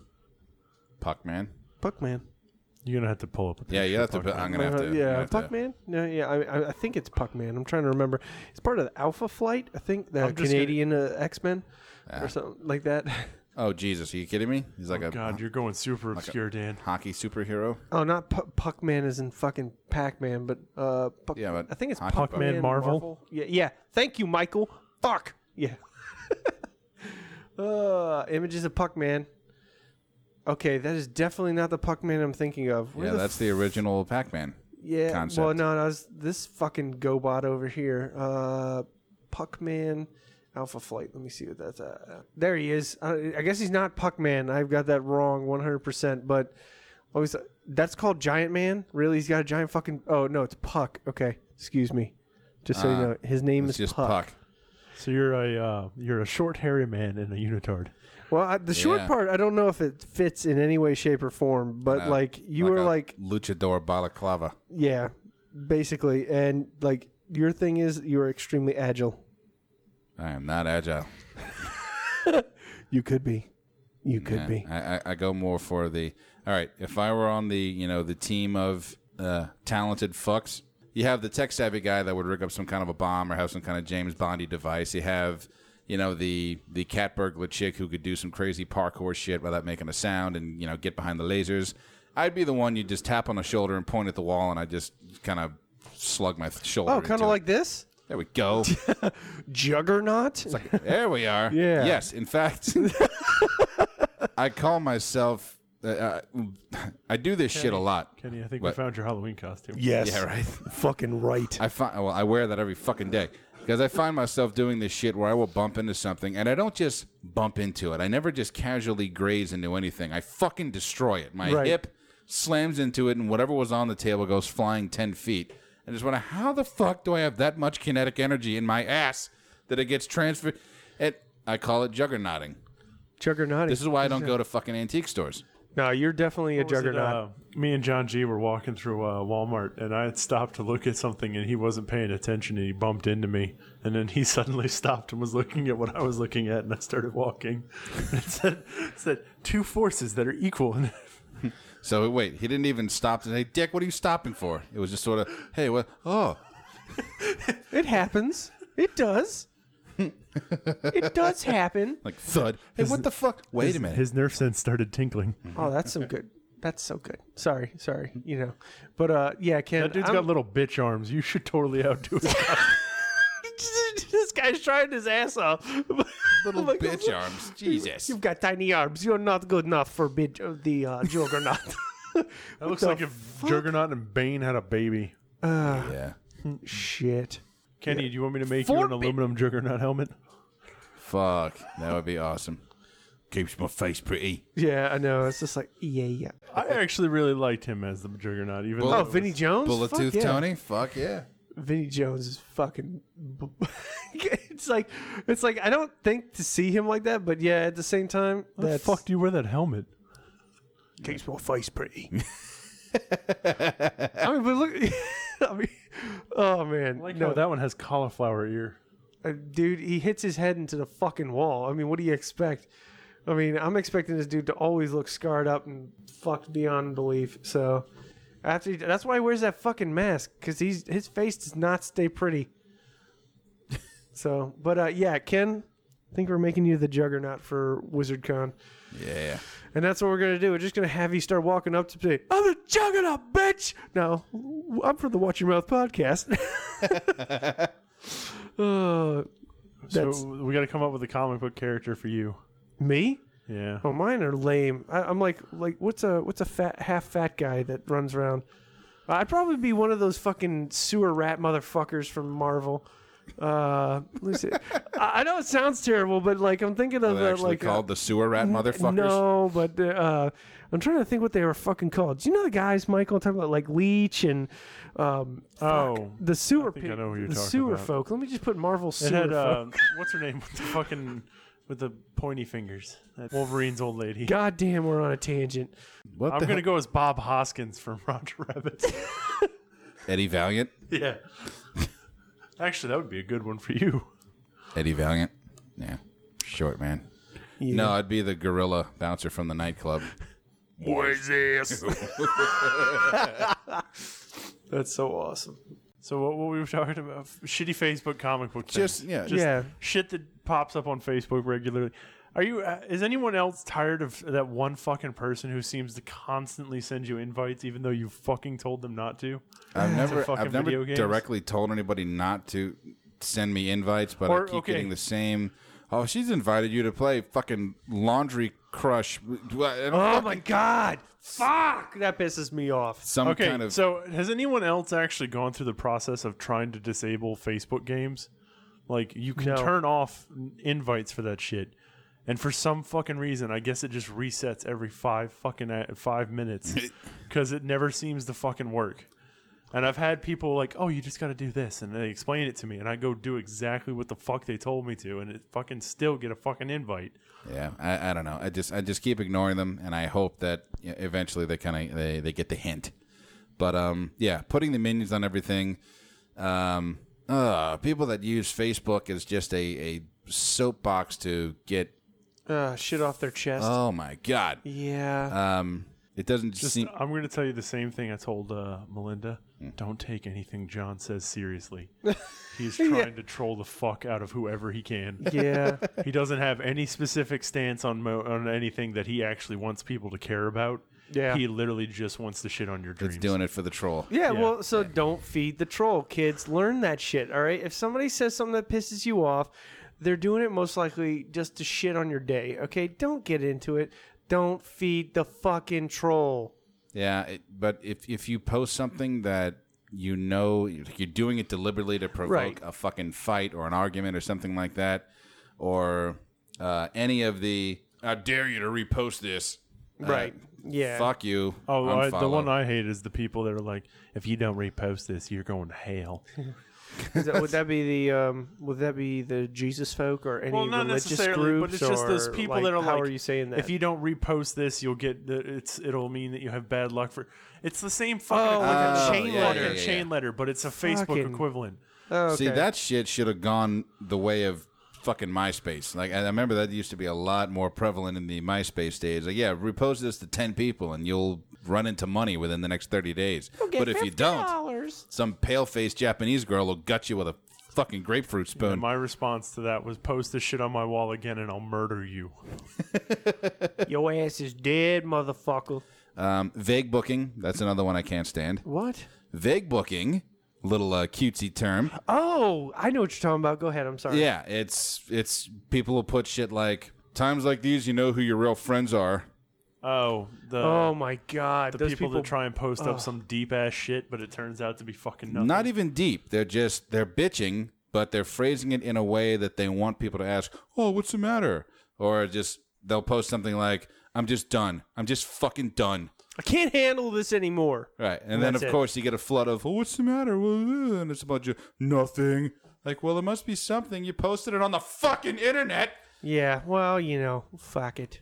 Speaker 1: Puckman.
Speaker 3: Puckman. Uh-huh,
Speaker 4: You're gonna have to pull up. A
Speaker 1: Yeah, you have to.
Speaker 4: picture,
Speaker 1: put-
Speaker 4: Parker.
Speaker 1: I'm gonna have to.
Speaker 3: yeah,
Speaker 1: I'm gonna have to-
Speaker 3: Puckman. No, yeah, I, I, I think it's Puckman. I'm trying to remember. It's part of the Alpha Flight, I think, the
Speaker 4: I'm just
Speaker 3: Canadian uh, X Men
Speaker 1: Ah.
Speaker 3: or something like that.
Speaker 1: Oh Jesus, are you kidding me? He's uh, like a
Speaker 4: God, you're going super obscure, Dan.
Speaker 1: hockey superhero.
Speaker 3: oh, not Pu- Puckman is in fucking Pac Man, but uh, Puck-
Speaker 1: Yeah, but
Speaker 3: I think it's
Speaker 1: hockey
Speaker 3: Puckman,
Speaker 4: Puckman Marvel?
Speaker 3: Yeah, yeah. Thank you, Michael. Fuck yeah. uh, images of Puckman. Okay, that is definitely not the Puckman I'm thinking of. Where
Speaker 1: Yeah,
Speaker 3: the
Speaker 1: that's the original Pac-Man.
Speaker 3: Yeah. Well,
Speaker 1: concept.
Speaker 3: no, no, it's this fucking GoBot over here. Uh, Puckman Alpha Flight. Let me see what that's at. There he is. Uh, I, I guess he's not Puckman. I've got that wrong 100%. But always, that's called Giant Man. Really? He's got a giant fucking. Oh, no, it's Puck. Okay. Excuse me. Just so you know, his name
Speaker 1: Uh, It's
Speaker 3: is
Speaker 1: just
Speaker 3: Puck.
Speaker 1: Puck.
Speaker 4: So you're a uh, you're a short hairy man in a unitard.
Speaker 3: Well, I, the short
Speaker 1: Yeah.
Speaker 3: part, I don't know if it fits in any way, shape, or form, but
Speaker 1: No,
Speaker 3: like you were
Speaker 1: a
Speaker 3: like
Speaker 1: luchador balaclava.
Speaker 3: Yeah, basically. And like your thing is you're extremely agile.
Speaker 1: I am not agile.
Speaker 3: You could be. You could
Speaker 1: Yeah,
Speaker 3: be.
Speaker 1: I, I, I go more for the. All right, if I were on the you know the team of uh, talented fucks, you have the tech savvy guy that would rig up some kind of a bomb or have some kind of James Bondy device. You have you know the the cat burglar chick who could do some crazy parkour shit without making a sound and you know get behind the lasers. I'd be the one you just tap on the shoulder and point at the wall, and I just kind of slug my shoulder.
Speaker 3: Oh, kind
Speaker 1: into it.
Speaker 3: of like this?
Speaker 1: there we go.
Speaker 3: Juggernaut? It's like,
Speaker 1: There we are.
Speaker 3: Yeah.
Speaker 1: Yes. In fact, I call myself. Uh, uh, I do this shit a lot.
Speaker 4: Kenny, I think
Speaker 1: What?
Speaker 4: we found your Halloween costume.
Speaker 3: yes.
Speaker 1: Yeah. Right.
Speaker 3: Fucking right.
Speaker 1: I find. Well, I wear that every fucking day because I find myself doing this shit where I will bump into something, and I don't just bump into it. I never just casually graze into anything. I fucking destroy it. My
Speaker 3: Right.
Speaker 1: hip slams into it, and whatever was on the table goes flying ten feet. I just wonder how the fuck do I have that much kinetic energy in my ass that it gets transferred? It, I call it juggernauting.
Speaker 3: Juggernaut.
Speaker 1: This is why I don't go to fucking antique stores.
Speaker 3: No, you're definitely a
Speaker 4: Was it,
Speaker 3: juggernaut.
Speaker 4: uh, me and John G were walking through uh, Walmart, and I had stopped to look at something, and he wasn't paying attention, and he bumped into me, and then he suddenly stopped and was looking at what I was looking at, and I started walking. it said, it said two forces that are equal, and
Speaker 1: So wait, he didn't even stop to say, "Dick, what are you stopping for?" It was just sort of, "Hey, what? Oh,
Speaker 3: It happens. It does. it does happen.
Speaker 1: like thud. Hey, what the fuck? Wait a minute.
Speaker 4: his nerve sense started tinkling.
Speaker 3: Oh, that's some good. That's so good. Sorry, sorry. You know, but uh, yeah, Ken.
Speaker 4: That dude's
Speaker 3: I'm-
Speaker 4: got little bitch arms. You should totally outdo him.
Speaker 3: this guy's trying his ass off.
Speaker 1: little
Speaker 3: Like,
Speaker 1: bitch arms. Jesus.
Speaker 3: You've got tiny arms. You're not good enough for bid, uh, the uh, juggernaut.
Speaker 4: That looks
Speaker 3: the
Speaker 4: like if Juggernaut and Bane had a baby.
Speaker 1: Yeah.
Speaker 3: Shit.
Speaker 4: Kenny, do you want me to make you an
Speaker 5: Forbid-
Speaker 4: aluminum Juggernaut helmet?
Speaker 1: Fuck. That would be awesome. Keeps my face pretty.
Speaker 3: Yeah, I know. It's just like yeah, yeah.
Speaker 4: I actually really liked him as the Juggernaut, even
Speaker 1: Well-
Speaker 4: though
Speaker 3: Oh,
Speaker 4: it was-
Speaker 3: Vinny Jones.
Speaker 1: Bullet
Speaker 3: Fuck
Speaker 1: tooth
Speaker 3: yeah.
Speaker 1: Tony. Fuck yeah.
Speaker 3: Vinny Jones is fucking. it's like it's like I don't think to see him like that, but yeah, at the same time,
Speaker 4: Why the
Speaker 3: that's
Speaker 4: fuck do you wear that helmet?
Speaker 3: keeps my face pretty. I mean, but look, I mean, oh man,
Speaker 4: I like
Speaker 3: no,
Speaker 4: how that one has cauliflower ear.
Speaker 3: Uh, dude, he hits his head into the fucking wall. I mean, what do you expect? I mean, I'm expecting this dude to always look scarred up and fucked beyond belief. So, after he, that's why he wears that fucking mask because he's his face does not stay pretty. so, but uh, yeah, Ken, I think we're making you the juggernaut for WizardCon,
Speaker 1: Yeah.
Speaker 3: and that's what we're gonna do. We're just gonna have you start walking up to say, "I'm the juggernaut, bitch." No, I'm from the Watch Your Mouth podcast. uh, That's-
Speaker 4: So we got to come up with a comic book character for you.
Speaker 3: me?
Speaker 4: Yeah.
Speaker 3: Oh, mine are lame. I, I'm like, like, what's a what's a fat half fat guy that runs around? I'd probably be one of those fucking sewer rat motherfuckers from Marvel. Uh, let's see. I I know it sounds terrible, but like I'm thinking
Speaker 1: Are
Speaker 3: of
Speaker 1: they
Speaker 3: the,
Speaker 1: actually
Speaker 3: like uh,
Speaker 1: called the sewer rat motherfuckers?
Speaker 3: no, but uh, I'm trying to think what they were fucking called. Do you know the guys, Michael, talking about like Leech and um,
Speaker 4: Oh,
Speaker 3: the sewer
Speaker 4: think I
Speaker 3: peop-
Speaker 4: know who you're
Speaker 3: the
Speaker 4: talking
Speaker 3: sewer
Speaker 4: about.
Speaker 3: folk? Let me just put Marvel
Speaker 4: it
Speaker 3: sewer
Speaker 4: had uh,
Speaker 3: folk.
Speaker 4: what's her name with the fucking with the pointy fingers? That Wolverine's old lady.
Speaker 3: God damn, we're on a tangent.
Speaker 1: What
Speaker 4: I'm
Speaker 1: the
Speaker 4: gonna go as Bob Hoskins from Roger Rabbit.
Speaker 1: hell? Eddie Valiant.
Speaker 4: yeah. Actually, that would be a good one for you.
Speaker 1: Eddie Valiant. Yeah. Short man. No, I'd be the gorilla bouncer from the nightclub.
Speaker 4: That's so awesome. So what, what we were talking about? Shitty Facebook comic book.
Speaker 1: Just
Speaker 4: things.
Speaker 1: yeah.
Speaker 4: Just
Speaker 3: Yeah.
Speaker 4: shit that pops up on Facebook regularly. Are you? uh, Is anyone else tired of that one fucking person who seems to constantly send you invites, even though you fucking told them not to?
Speaker 1: I've never
Speaker 4: fucking
Speaker 1: I've never
Speaker 4: video games.
Speaker 1: directly told anybody not to send me invites, but I
Speaker 4: Or-
Speaker 1: keep
Speaker 4: okay.
Speaker 1: getting the same Oh, she's invited you to play fucking Laundry Crush.
Speaker 3: Oh my god! Fuck! That pisses me off.
Speaker 1: Some
Speaker 4: Okay,
Speaker 1: kind of
Speaker 4: so has anyone else actually gone through the process of trying to disable Facebook games? Like you
Speaker 3: No.
Speaker 4: can turn off n- invites for that shit, and for some fucking reason, I guess it just resets every five fucking a- five minutes because it never seems to fucking work. And I've had people like, "Oh, you just got to do this," and they explain it to me, and I go do exactly what the fuck they told me to, and it fucking still get a fucking invite.
Speaker 1: Yeah, I, I don't know. I just I just keep ignoring them, and I hope that you know, eventually they kind of they, they get the hint. But um, yeah, putting the minions on everything. Um, uh, people that use Facebook is just a, a soapbox to get.
Speaker 3: Uh, shit off their chest.
Speaker 1: Oh my god.
Speaker 3: yeah.
Speaker 1: Um, it doesn't
Speaker 4: Just,
Speaker 1: seem.
Speaker 4: I'm going to tell you the same thing I told uh, Melinda.
Speaker 1: Hmm.
Speaker 4: Don't take anything John says seriously. He's trying to troll the fuck out of whoever he
Speaker 3: uh,
Speaker 4: can.
Speaker 3: yeah.
Speaker 4: he doesn't have any specific stance on mo- on anything that he actually wants people to care about.
Speaker 3: Yeah.
Speaker 4: He literally just wants to shit on your dreams.
Speaker 1: It's doing it for the troll.
Speaker 3: Yeah, well, so don't feed the troll, kids. Learn that shit, all right? If somebody says something that pisses you off, they're doing it most likely just to shit on your day, okay? Don't get into it. Don't feed the fucking troll.
Speaker 1: Yeah, it, but if if you post something that you know like you're doing it deliberately to provoke
Speaker 3: Right.
Speaker 1: a fucking fight or an argument or something like that, or uh, any of the "I dare you to repost this," uh,
Speaker 3: Right. Yeah.
Speaker 1: Fuck you.
Speaker 4: Oh, I, the
Speaker 1: Unfollow.
Speaker 4: one I hate is the people that are like, if you don't repost this, you're going to hell.
Speaker 3: Is that, would that be the um, would that be the Jesus folk or any
Speaker 4: well, not
Speaker 3: religious
Speaker 4: necessarily,
Speaker 3: groups?
Speaker 4: but it's just those
Speaker 3: or,
Speaker 4: people
Speaker 3: like,
Speaker 4: that are
Speaker 3: how
Speaker 4: like,
Speaker 3: are you saying that?
Speaker 4: If you don't repost this, you'll get the, it's. It'll mean that you have bad luck for. It's the same
Speaker 3: Oh,
Speaker 4: fucking equivalent
Speaker 1: oh,
Speaker 4: of chain
Speaker 1: yeah,
Speaker 4: letter,
Speaker 1: yeah, yeah,
Speaker 4: chain
Speaker 1: yeah.
Speaker 4: letter, but it's a
Speaker 3: Fucking-
Speaker 4: Facebook equivalent.
Speaker 3: oh, okay.
Speaker 1: See, that shit should have gone the way of fucking MySpace. Like, I I remember that used to be a lot more prevalent in the MySpace days. Like, yeah, repost this to 10 people and you'll run into money within the next 30 days. But if you don't, some pale faced Japanese girl will gut you with a fucking grapefruit
Speaker 4: And
Speaker 1: spoon.
Speaker 4: my response to that was, post this shit on my wall again, and I'll murder you.
Speaker 3: your ass is dead, motherfucker.
Speaker 1: Um, vague booking, that's another one I can't stand.
Speaker 3: What?
Speaker 1: Vague booking, little uh, cutesy term.
Speaker 3: Oh, I know what you're talking about. Go ahead. I'm sorry.
Speaker 1: Yeah, it's it's people will put shit like times like these, you know who your real friends are.
Speaker 4: Oh, the
Speaker 3: Oh my god,
Speaker 4: the
Speaker 3: those
Speaker 4: people, that try and post up some deep ass shit, but it turns out to be fucking nothing.
Speaker 1: Not even deep. They're just they're bitching, but they're phrasing it in a way that they want people to ask, "Oh, what's the matter?" Or just they'll post something like, "I'm just done. I'm just fucking done."
Speaker 3: I can't handle this anymore.
Speaker 1: Right, and, then
Speaker 3: that's
Speaker 1: of
Speaker 3: it.
Speaker 1: course you get a flood of, "Oh, what's the matter?" Well, uh," and it's about you nothing. Like, well, it must be something. You posted it on the fucking internet.
Speaker 3: Yeah. Well, you know, fuck it.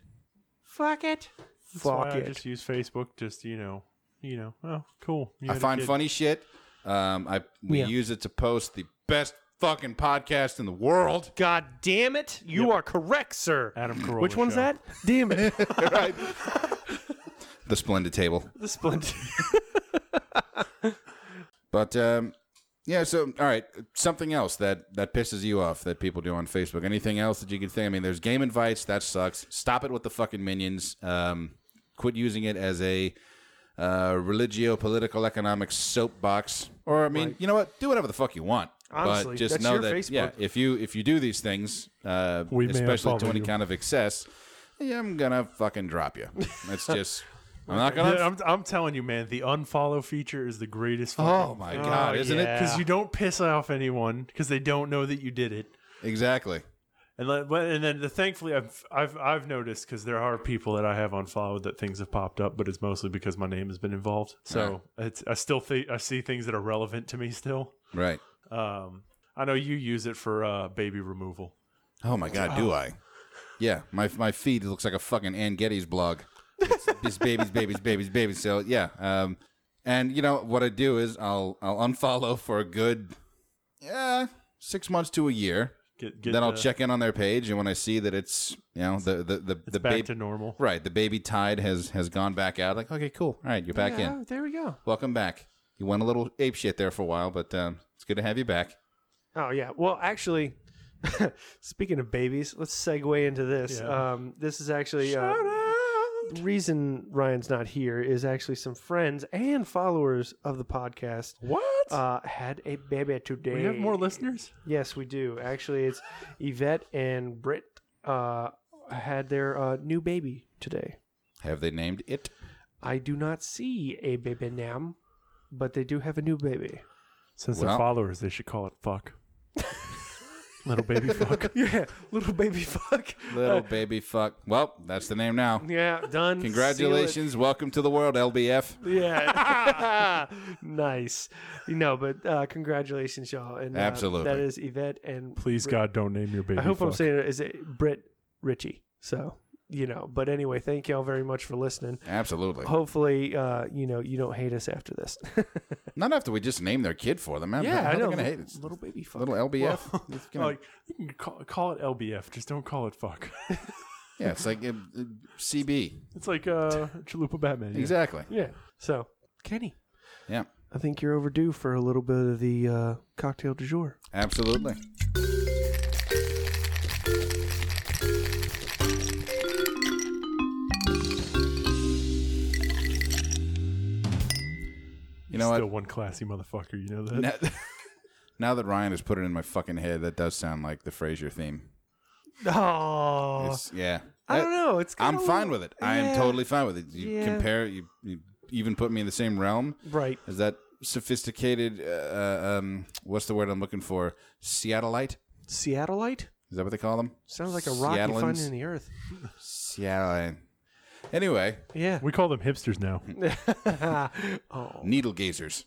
Speaker 3: Fuck it.
Speaker 4: That's why
Speaker 3: fuck
Speaker 4: I
Speaker 3: it.
Speaker 4: just use Facebook. Just you know, you know. Oh, cool. You
Speaker 1: I
Speaker 4: had a
Speaker 1: find
Speaker 4: kid.
Speaker 1: funny shit. Um, I we
Speaker 3: Yeah.
Speaker 1: use it to post the best fucking podcast in the world.
Speaker 3: God damn it! You are correct, sir.
Speaker 4: Adam Carolla.
Speaker 3: Which one's
Speaker 4: show.
Speaker 3: that? Damn it!
Speaker 1: right. the splendid table.
Speaker 3: the splendid.
Speaker 1: But um, yeah, so all right, something else that that pisses you off that people do on Facebook. Anything else that you could think? I mean, there's game invites that sucks. Stop it with the fucking minions. Um, quit using it as a uh, religio political economic soapbox. Or I mean, you know what? Do whatever the fuck you want.
Speaker 3: Honestly,
Speaker 1: but just
Speaker 3: that's
Speaker 1: know
Speaker 3: your
Speaker 1: that
Speaker 3: Facebook.
Speaker 1: yeah, if you if you do these things, uh,
Speaker 4: We may
Speaker 1: especially to
Speaker 4: unfollow
Speaker 1: any
Speaker 4: you.
Speaker 1: kind of excess, yeah, I'm gonna fucking drop you. That's just. I'm not gonna.
Speaker 4: Dude, I'm, I'm telling you, man, the unfollow feature is the greatest.
Speaker 1: oh my god, isn't it?
Speaker 4: Because you don't piss off anyone because they don't know that you did it.
Speaker 1: Exactly.
Speaker 4: And let, but- and then the, thankfully, I've I've I've noticed because there are people that I have unfollowed that things have popped up, but it's mostly because my name has been involved. So it's I still thi- I see things that are relevant to me still.
Speaker 1: Right.
Speaker 4: Um, I know you use it for uh, baby removal.
Speaker 1: Oh my god, do I? Yeah, my my feed looks like a fucking Ann Getty's blog. It's, it's babies, babies, babies, babies. So yeah, um, and you know what I do is I'll I'll unfollow for a good yeah six months to a year.
Speaker 4: Get, get
Speaker 1: then I'll
Speaker 4: the-
Speaker 1: check in on their page, and when I see that it's you know the the the, the
Speaker 4: back
Speaker 1: baby
Speaker 4: to normal.
Speaker 1: right the baby tide has has gone back out. Like okay, cool, all right, you're back in.
Speaker 3: Yeah, oh, there we go.
Speaker 1: Welcome back. You went a little ape shit there for a while, but um, it's good to have you back.
Speaker 3: Oh yeah. Well, actually, speaking of babies, let's segue into this.
Speaker 4: Yeah.
Speaker 3: Um, this is actually uh, the reason Ryan's not here is actually some friends and followers of the podcast
Speaker 4: What?
Speaker 3: uh, had a baby today.
Speaker 4: we have more listeners.
Speaker 3: Yes, we do. Actually, it's Yvette and Britt uh, had their uh, new baby today.
Speaker 1: Have they named it?
Speaker 3: I do not see a baby now, but they do have a new baby.
Speaker 4: Since
Speaker 1: Well.
Speaker 4: they're followers, they should call it fuck. Little baby fuck.
Speaker 3: yeah, little baby fuck. Oh,
Speaker 1: Little baby fuck. Well, that's the name now.
Speaker 3: Yeah, done. Seal it.
Speaker 1: Congratulations. Welcome to the world, LBF.
Speaker 3: Yeah. nice. No, but uh, congratulations, y'all. And uh,
Speaker 1: Absolutely.
Speaker 3: that is Yvette and
Speaker 4: Please,
Speaker 3: Brit-
Speaker 4: God, don't name your baby.
Speaker 3: I hope I'm
Speaker 4: fuck.
Speaker 3: saying it is it Britt Ritchie. So you know. But anyway, thank y'all very much for listening.
Speaker 1: Absolutely.
Speaker 3: Hopefully, uh, you know you don't hate us after this.
Speaker 1: Not after we just named their kid for them. How how are they going to hate it?
Speaker 3: Little baby fuck.
Speaker 1: Little LBF. It's gonna-
Speaker 4: Like you can call, call it LBF, just don't call it fuck.
Speaker 1: yeah, it's like uh, uh, CB.
Speaker 4: It's like uh, Chalupa Batman. yeah.
Speaker 1: Exactly.
Speaker 3: Yeah. So Kenny,
Speaker 1: Yeah,
Speaker 3: I think you're overdue for a little bit of the uh, cocktail du jour.
Speaker 1: absolutely. You know
Speaker 4: Still
Speaker 1: what?
Speaker 4: one classy motherfucker. You know that.
Speaker 1: Now, now that Ryan has put it in my fucking head, that does sound like the Frasier theme.
Speaker 3: Oh,
Speaker 1: It's- yeah.
Speaker 3: I
Speaker 1: That-
Speaker 3: don't know. It's
Speaker 1: I'm
Speaker 3: kinda-
Speaker 1: fine with it. I am
Speaker 3: yeah.
Speaker 1: totally fine with it. You
Speaker 3: Yeah.
Speaker 1: compare, you, you even put me in the same realm
Speaker 3: right.
Speaker 1: as that sophisticated, uh, um, what's the word I'm looking for? Seattleite?
Speaker 3: Seattleite
Speaker 1: Is that what they call them?
Speaker 3: sounds like a rock you find
Speaker 1: Seattleans?
Speaker 3: in the earth.
Speaker 1: Seattle. Anyway,
Speaker 3: Yeah. Oh,
Speaker 4: We call them hipsters now.
Speaker 1: needle gazers.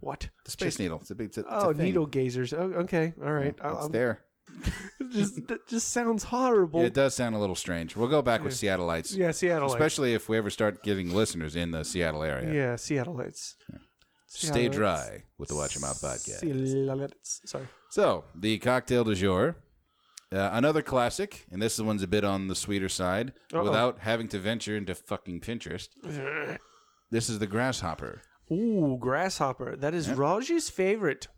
Speaker 3: what?
Speaker 1: The space needle. It's a big. It's a, it's a
Speaker 3: Oh,
Speaker 1: thing.
Speaker 3: needle um, gazers. Oh, okay. All right. I-
Speaker 1: It's
Speaker 3: I'm-
Speaker 1: there.
Speaker 3: just that just sounds horrible.
Speaker 1: Yeah, it does sound a little strange. We'll go back with Seattleites.
Speaker 3: oh. Yeah, Seattle.
Speaker 1: Especially if we ever start getting listeners in the Seattle area.
Speaker 3: Yeah, Seattleites.
Speaker 1: Stay
Speaker 3: Seattleites.
Speaker 1: dry with the Watch Your Mouth podcast.
Speaker 3: Seattleites. Sorry.
Speaker 1: So, the cocktail du jour. Uh, another classic, and this one's a bit on the sweeter side, without having to venture into fucking Pinterest. this is the grasshopper.
Speaker 3: Ooh, grasshopper. That is Raj's favorite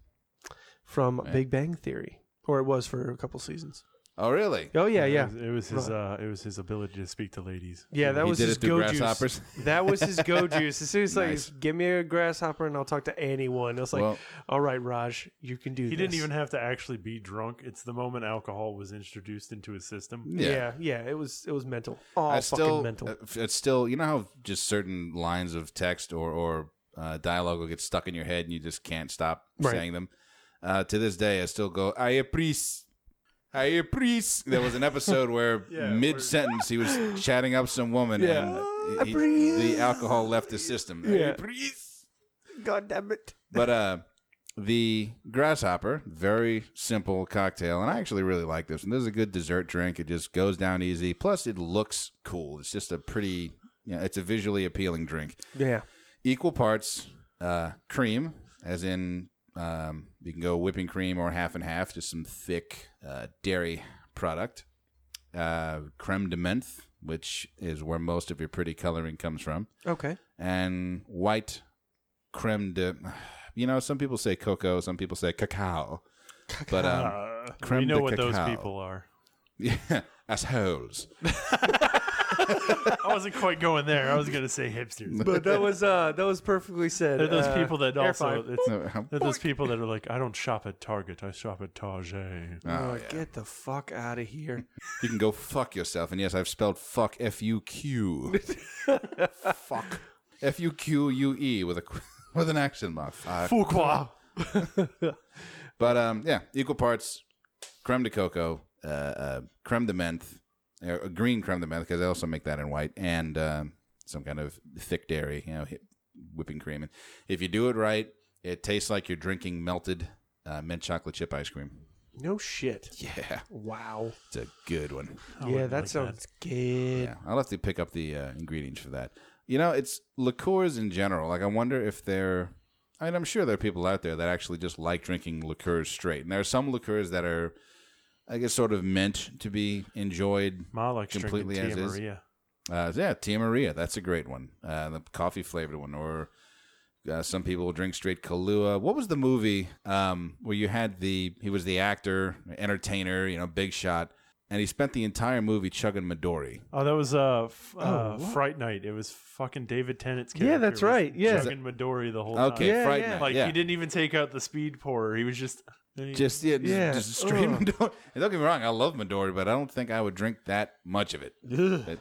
Speaker 3: from Big Bang Theory, or it was for a couple seasons.
Speaker 1: Oh, really?
Speaker 3: Oh yeah, yeah,
Speaker 4: It was, it was his. Uh, it was his ability to speak to ladies.
Speaker 3: yeah. That
Speaker 1: He
Speaker 3: was
Speaker 1: did
Speaker 3: his
Speaker 1: it through
Speaker 3: go juice.
Speaker 1: grasshoppers?
Speaker 3: That was his go juice. As soon as like,
Speaker 1: Nice.
Speaker 3: give me a grasshopper and I'll talk to anyone. It's like,
Speaker 1: Well-
Speaker 3: all right, Raj, you can do.
Speaker 4: He didn't even have to actually be drunk. It's the moment alcohol was introduced into his system.
Speaker 3: Yeah. yeah, It was it was mental. All
Speaker 1: I
Speaker 3: fucking
Speaker 1: still,
Speaker 3: mental.
Speaker 1: uh, f- It's still, you know how just certain lines of text or or uh, dialogue will get stuck in your head and you just can't stop
Speaker 3: Right.
Speaker 1: saying them. Uh, to this day, I still go. I appreciate. I appreciate. There was an episode where mid sentence he was chatting up some woman and uh, he- the alcohol left his system. I appreciate.
Speaker 3: God damn it.
Speaker 1: But uh, the grasshopper, very simple cocktail, and I actually really like this. And this is a good dessert drink. It just goes down easy. Plus, it looks cool. It's just a pretty, you know, it's a visually appealing drink.
Speaker 3: Yeah.
Speaker 1: Equal parts uh, cream, as in um, you can go whipping cream or half and half, just some thick uh, dairy product. Uh, creme de menthe, which is where most of your pretty coloring comes from
Speaker 3: Okay.
Speaker 1: and white creme de. You know, some people say cocoa, some people say cacao, but um,
Speaker 4: Uh,
Speaker 1: Creme
Speaker 4: we know
Speaker 1: de
Speaker 4: what those
Speaker 1: cacao.
Speaker 4: people are.
Speaker 1: yeah, assholes.
Speaker 4: I wasn't quite going there. I was going to say hipsters.
Speaker 3: But that was uh that was perfectly said.
Speaker 4: They're those
Speaker 3: Uh,
Speaker 4: people that
Speaker 3: air
Speaker 4: also.
Speaker 3: five.
Speaker 4: It's,
Speaker 1: No, um,
Speaker 4: they're those people that are like, I don't shop at Target. I shop at Target.
Speaker 1: Uh,
Speaker 3: Oh, get the fuck out of here.
Speaker 1: you can go fuck yourself. And yes, I've spelled fuck f u q. Fuck f u q u e with a qu- with an action mark. Fuck.
Speaker 4: Fuqua.
Speaker 1: But um, yeah, equal parts creme de cocoa, uh, uh, creme de menthe, or a green creme de menthe because they also make that in white, and um, some kind of thick dairy, you know, hi- whipping cream. And if you do it right, it tastes like you're drinking melted uh, mint chocolate chip ice cream.
Speaker 3: No shit.
Speaker 1: Yeah,
Speaker 3: Wow.
Speaker 1: it's a good one.
Speaker 3: yeah, that sounds good.
Speaker 1: Yeah, I'll have to pick up the uh, ingredients for that. You know, it's liqueurs in general. Like, I wonder if they're. I mean, I'm sure there are people out there that actually just like drinking liqueurs straight. And there are some liqueurs that are, I guess, sort of meant to be enjoyed.
Speaker 4: Ma likes
Speaker 1: Completely
Speaker 4: drinking Tia
Speaker 1: as is.
Speaker 4: Maria.
Speaker 1: Uh, yeah, Tia Maria, that's a great one. Uh, the coffee flavored one. Or uh, some people will drink straight Kahlua. What was the movie um, where you had the. He was the actor, entertainer, you know, big shot. And he spent the entire movie chugging Midori.
Speaker 4: Oh, that was uh, f- uh Fright Night. It was fucking David Tennant's character.
Speaker 3: Oh, Yeah, that's
Speaker 4: was
Speaker 3: right. Yeah.
Speaker 4: chugging Midori the whole
Speaker 1: Okay,
Speaker 4: time.
Speaker 3: Yeah,
Speaker 1: Fright
Speaker 3: yeah.
Speaker 1: Night,
Speaker 4: Like
Speaker 1: yeah.
Speaker 4: he didn't even take out the speed pourer. He was just
Speaker 1: Just yeah, just,
Speaker 3: Yeah.
Speaker 1: just straight
Speaker 3: Ugh.
Speaker 1: Midori. And don't get me wrong, I love Midori, but I don't think I would drink that much of it. It-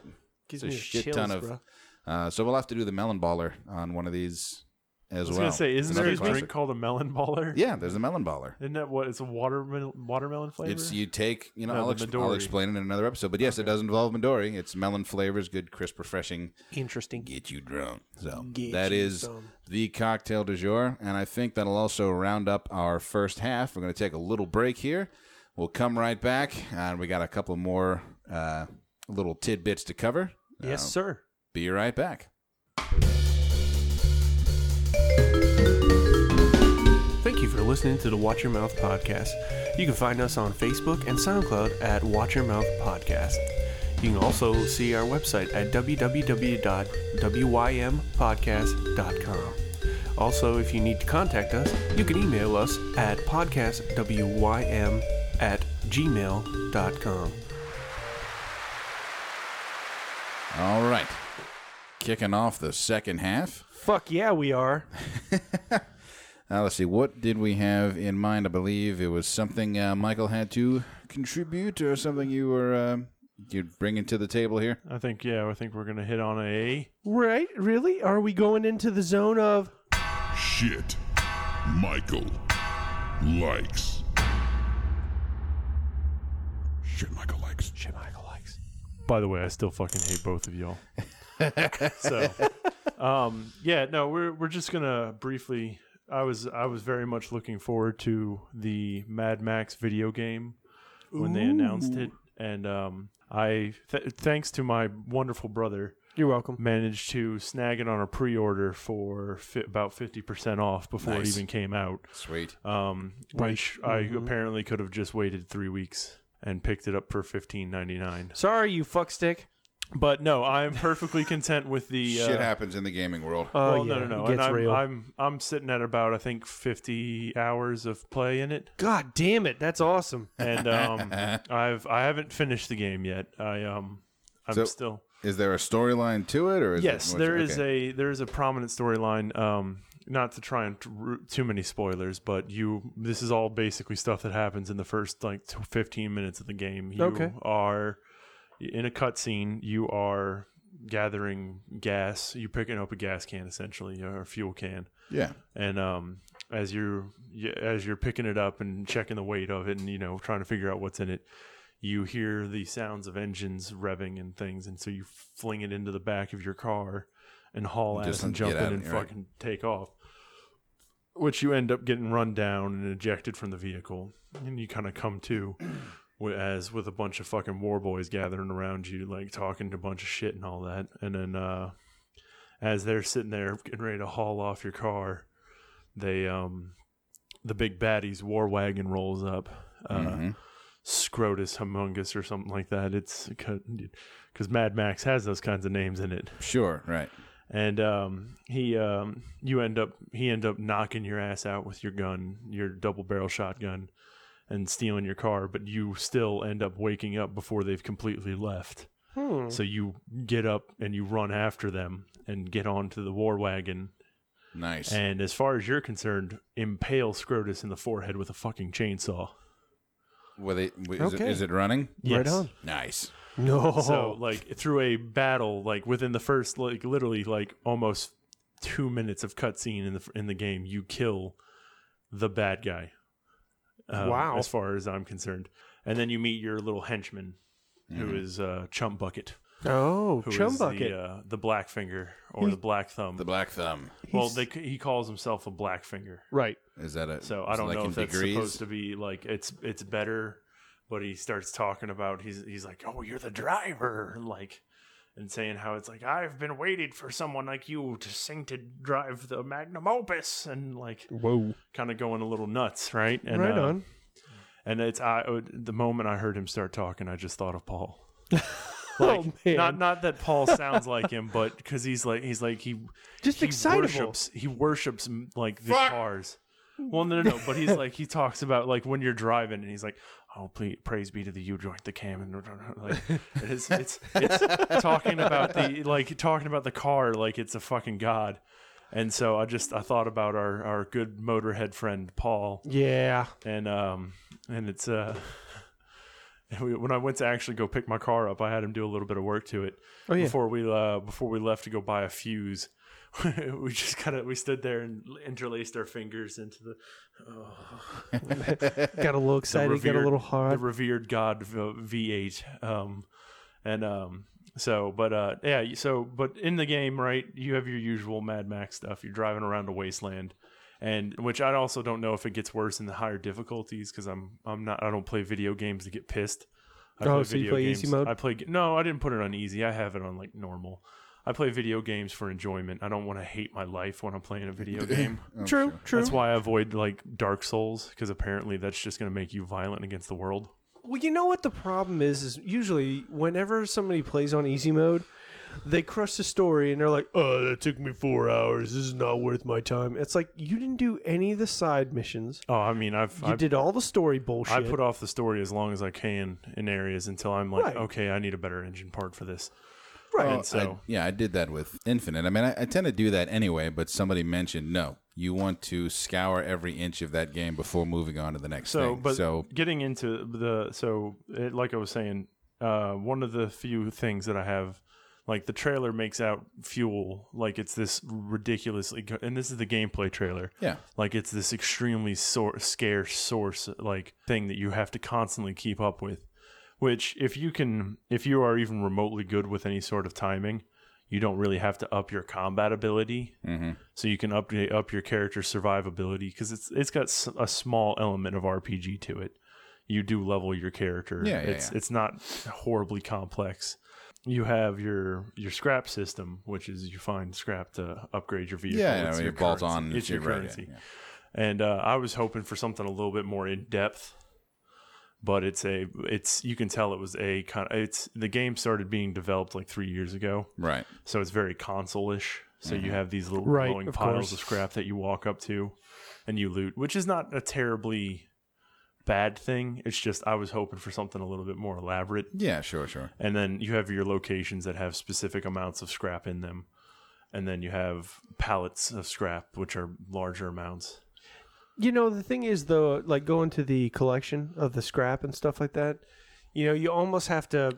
Speaker 3: Gives
Speaker 1: a
Speaker 3: me
Speaker 1: shit
Speaker 3: chills,
Speaker 1: ton of-
Speaker 3: bruh.
Speaker 1: uh, so we'll have to do the melon baller on one of these as
Speaker 4: I was
Speaker 1: well.
Speaker 4: gonna say,
Speaker 1: It's
Speaker 4: isn't
Speaker 1: another
Speaker 4: there a drink
Speaker 1: classic.
Speaker 4: called a melon baller?
Speaker 1: Yeah, there's the melon baller.
Speaker 4: Isn't that what it's a watermelon watermelon flavor?
Speaker 1: It's you take you know
Speaker 4: No,
Speaker 1: I'll,
Speaker 4: the
Speaker 1: ex- I'll
Speaker 4: Midori.
Speaker 1: explain it in another episode, but yes, it does involve Midori. It's melon flavors, good, crisp, refreshing,
Speaker 3: Interesting.
Speaker 1: get you drunk. So
Speaker 3: Get
Speaker 1: that
Speaker 3: you
Speaker 1: is
Speaker 3: some.
Speaker 1: the cocktail du jour, and I think that'll also round up our first half. We're going to take a little break here. We'll come right back, and we got a couple more uh, little tidbits to cover. Uh, um,
Speaker 3: Yes, sir.
Speaker 1: Be right back.
Speaker 2: Thank you for listening to the Watch Your Mouth podcast. You can find us on Facebook and SoundCloud at Watch Your Mouth Podcast. You can also see our website at www.wympodcast.com. Also, if you need to contact us, you can email us at podcastwym at gmail.com.
Speaker 1: All right, kicking off the second half.
Speaker 3: Fuck yeah, we are.
Speaker 1: Uh, let's see, what did we have in mind? I believe it was something uh, Michael had to contribute, or something you were uh, you bringing to the table here.
Speaker 4: I think yeah. I think we're gonna hit on a.
Speaker 3: Right? Really? Are we going into the zone of?
Speaker 6: Shit. Michael likes. Shit, Michael likes.
Speaker 3: Shit, Michael likes.
Speaker 4: By the way, I still fucking hate both of y'all. so, um, yeah, no, we're we're just gonna briefly. I was I was very much looking forward to the Mad Max video game when they announced it, and um, I th- thanks to my wonderful brother
Speaker 3: You're welcome.
Speaker 4: managed to snag it on a pre-order for fi- about 50% off before it
Speaker 1: Nice.
Speaker 4: even came out
Speaker 1: Sweet.
Speaker 4: um, which I apparently could have just waited three weeks and picked it up for fifteen ninety nine.
Speaker 3: Sorry, you fuckstick.
Speaker 4: But no, I'm perfectly content with the uh,
Speaker 1: Shit happens in the gaming world.
Speaker 4: Well,
Speaker 3: Oh, yeah,
Speaker 4: no, no, no.
Speaker 3: Uh, it
Speaker 4: And
Speaker 3: gets
Speaker 4: I'm,
Speaker 3: real.
Speaker 4: I'm I'm sitting at about I think fifty hours of play in it,
Speaker 3: God damn it, that's awesome.
Speaker 4: and um, I've I haven't finished the game yet. I um I'm
Speaker 1: So-
Speaker 4: still
Speaker 1: Is there a storyline to it, or is
Speaker 4: yes.
Speaker 1: It,
Speaker 4: There is a there is a prominent storyline. Um, not to try and root too many spoilers, but you this is all basically stuff that happens in the first like t- fifteen minutes of the game. You
Speaker 3: Okay.
Speaker 4: are in a cutscene. You are gathering gas. You're picking up a gas can essentially or a fuel can
Speaker 1: yeah.
Speaker 4: and um, as you're y- as you're picking it up and checking the weight of it, and you know trying to figure out what's in it, you hear the sounds of engines revving and things, and so you fling it into the back of your car and haul
Speaker 1: Just
Speaker 4: ass and
Speaker 1: get
Speaker 4: jump in
Speaker 1: out,
Speaker 4: and
Speaker 1: right.
Speaker 4: fucking take off. Which you end up getting run down and ejected from the vehicle, and you kind of come to. Whereas with a bunch of fucking war boys gathering around you, like talking to a bunch of shit and all that, and then uh, as they're sitting there getting ready to haul off your car, they um, the big baddie's war wagon rolls up, uh, Scrotus Humongous or something like that. It's because Mad Max has those kinds of names in it,
Speaker 1: Sure. Right.
Speaker 4: and um, he um, you end up he end up knocking your ass out with your gun, your double barrel shotgun, and stealing your car, but you still end up waking up before they've completely left.
Speaker 3: Hmm.
Speaker 4: So you get up and you run after them and get onto the war wagon.
Speaker 1: Nice.
Speaker 4: And as far as you're concerned, impale Scrotus in the forehead with a fucking chainsaw.
Speaker 1: Were they, w- is,
Speaker 3: Okay.
Speaker 1: it, is it running?
Speaker 4: Yes.
Speaker 3: on.
Speaker 1: Nice.
Speaker 3: No.
Speaker 4: So like through a battle, like within the first like literally like almost two minutes of cutscene in the in the game, you kill the bad guy. Um,
Speaker 3: Wow.
Speaker 4: As far as I'm concerned, and then you meet your little henchman, who is uh, Chum Bucket,
Speaker 3: oh,
Speaker 4: who is
Speaker 3: chum bucket.
Speaker 4: the uh, the Black Finger or the Black Thumb.
Speaker 1: The Black Thumb.
Speaker 4: well, they, c- he calls himself a Black Finger.
Speaker 3: right.
Speaker 1: Is that a?
Speaker 4: So
Speaker 1: is
Speaker 4: I
Speaker 1: it
Speaker 4: don't
Speaker 1: like
Speaker 4: know
Speaker 1: in
Speaker 4: if that's
Speaker 1: degrees?
Speaker 4: supposed to be like it's it's better, but he starts talking about he's he's like, oh, you're the driver, like, and saying how it's like I've been waiting for someone like you to sing to drive the magnum opus, and like
Speaker 3: Whoa.
Speaker 4: kind of going a little nuts, right? And,
Speaker 3: right
Speaker 4: uh,
Speaker 3: on.
Speaker 4: And it's I uh, the moment I heard him start talking, I just thought of Paul.
Speaker 3: oh man.
Speaker 4: Not not that Paul sounds like him, but because he's like he's like he
Speaker 3: Just
Speaker 4: he
Speaker 3: excitable.
Speaker 4: worships he worships m- like the cars. Well, no, no, no. But he's like he talks about like when you're driving, and he's like, "Oh, please, praise be to the U joint, the cam, and like it is, it's it's talking about the like talking about the car like it's a fucking god." And so I just I thought about our our good motorhead friend Paul,
Speaker 3: Yeah.
Speaker 4: and um and it's uh. and we- When I went to actually go pick my car up, I had him do a little bit of work to it
Speaker 3: Oh yeah.
Speaker 4: before we uh, before we left to go buy a fuse. we just kind of we stood there and interlaced our fingers into the
Speaker 3: got a little excited. got a
Speaker 4: revered-
Speaker 3: little
Speaker 4: the
Speaker 3: hard.
Speaker 4: revered god V eight. Um, and um, so, but uh, yeah, so but in the game, right? You have your usual Mad Max stuff. You're driving around a wasteland, and which I also don't know if it gets worse in the higher difficulties because I'm I'm not I don't play video games to get pissed. I
Speaker 3: Oh, so you play easy mode?
Speaker 4: I play no, I didn't put it on easy. I have it on like normal. I play video games for enjoyment. I don't want to hate my life when I'm playing a video game.
Speaker 3: true. True.
Speaker 4: That's why I avoid like Dark Souls because apparently that's just going to make you violent against the world.
Speaker 3: Well, you know what the problem is? Is usually whenever somebody plays on easy mode, they crush the story and they're like, "Oh, that took me four hours. This is not worth my time." It's like you didn't do any of the side missions.
Speaker 4: Oh, I mean, I've
Speaker 3: You
Speaker 4: I've,
Speaker 3: did all the story bullshit.
Speaker 4: I put off the story as long as I can in areas until I'm like,
Speaker 3: Right.
Speaker 4: okay, I need a better engine part for this.
Speaker 3: right.
Speaker 1: Well,
Speaker 4: And so-
Speaker 1: I- yeah, I did that with Infinite. I mean, I, I tend to do that anyway, but somebody mentioned no. You want to scour every inch of that game before moving on to the next
Speaker 4: So,
Speaker 1: thing.
Speaker 4: but
Speaker 1: so
Speaker 4: getting into the so it, like I was saying, uh, one of the few things that I have, like the trailer makes out fuel like it's this ridiculously, and this is the gameplay trailer.
Speaker 1: yeah,
Speaker 4: like it's this extremely sor- scarce source like thing that you have to constantly keep up with Which, if you can, if you are even remotely good with any sort of timing, you don't really have to up your combat ability. Mm-hmm. So you can update up your character's survivability because it's it's got s- a small element of RPG to it. You do level your character.
Speaker 1: Yeah, yeah,
Speaker 4: it's
Speaker 1: yeah.
Speaker 4: it's not horribly complex. You have your your scrap system, which is you find scrap to upgrade your vehicle.
Speaker 1: Yeah, yeah,
Speaker 4: It's
Speaker 1: you
Speaker 4: your
Speaker 1: bolt
Speaker 4: currency.
Speaker 1: on and
Speaker 4: It's your
Speaker 1: shit, right, yeah,
Speaker 4: currency.
Speaker 1: yeah.
Speaker 4: And uh, I was hoping for something a little bit more in depth, but it's a it's you can tell it was a kind of it's the game started being developed like three years ago,
Speaker 1: Right.
Speaker 4: so it's very console-ish. So you have these little
Speaker 3: Mm-hmm. Right,
Speaker 4: glowing
Speaker 3: of
Speaker 4: piles
Speaker 3: course.
Speaker 4: of scrap that you walk up to, and you loot, which is not a terribly bad thing. It's just I was hoping for something a little bit more elaborate
Speaker 1: Yeah, sure, sure.
Speaker 4: and then you have your locations that have specific amounts of scrap in them and then you have pallets of scrap which are larger amounts
Speaker 3: You know, the thing is though, like going to the collection of the scrap and stuff like that, you know, you almost have to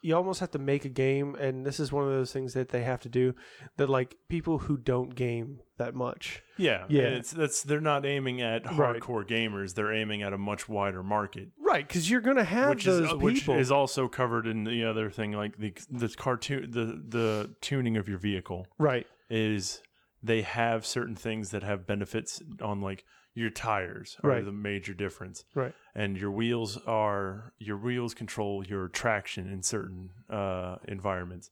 Speaker 3: you almost have to make a game and this is one of those things that they have to do that like people who don't game that much.
Speaker 4: yeah
Speaker 3: Yeah.
Speaker 4: and it's that's they're not aiming at
Speaker 3: Right.
Speaker 4: hardcore gamers they're aiming at a much wider market
Speaker 3: Right, cuz you're going to have
Speaker 4: which
Speaker 3: those
Speaker 4: is uh,
Speaker 3: people.
Speaker 4: which is also covered in the other thing like the the cartoon the the tuning of your vehicle
Speaker 3: right.
Speaker 4: is they have certain things that have benefits on like your tires are
Speaker 3: Right.
Speaker 4: the major difference
Speaker 3: Right.
Speaker 4: and your wheels are your wheels control your traction in certain uh, environments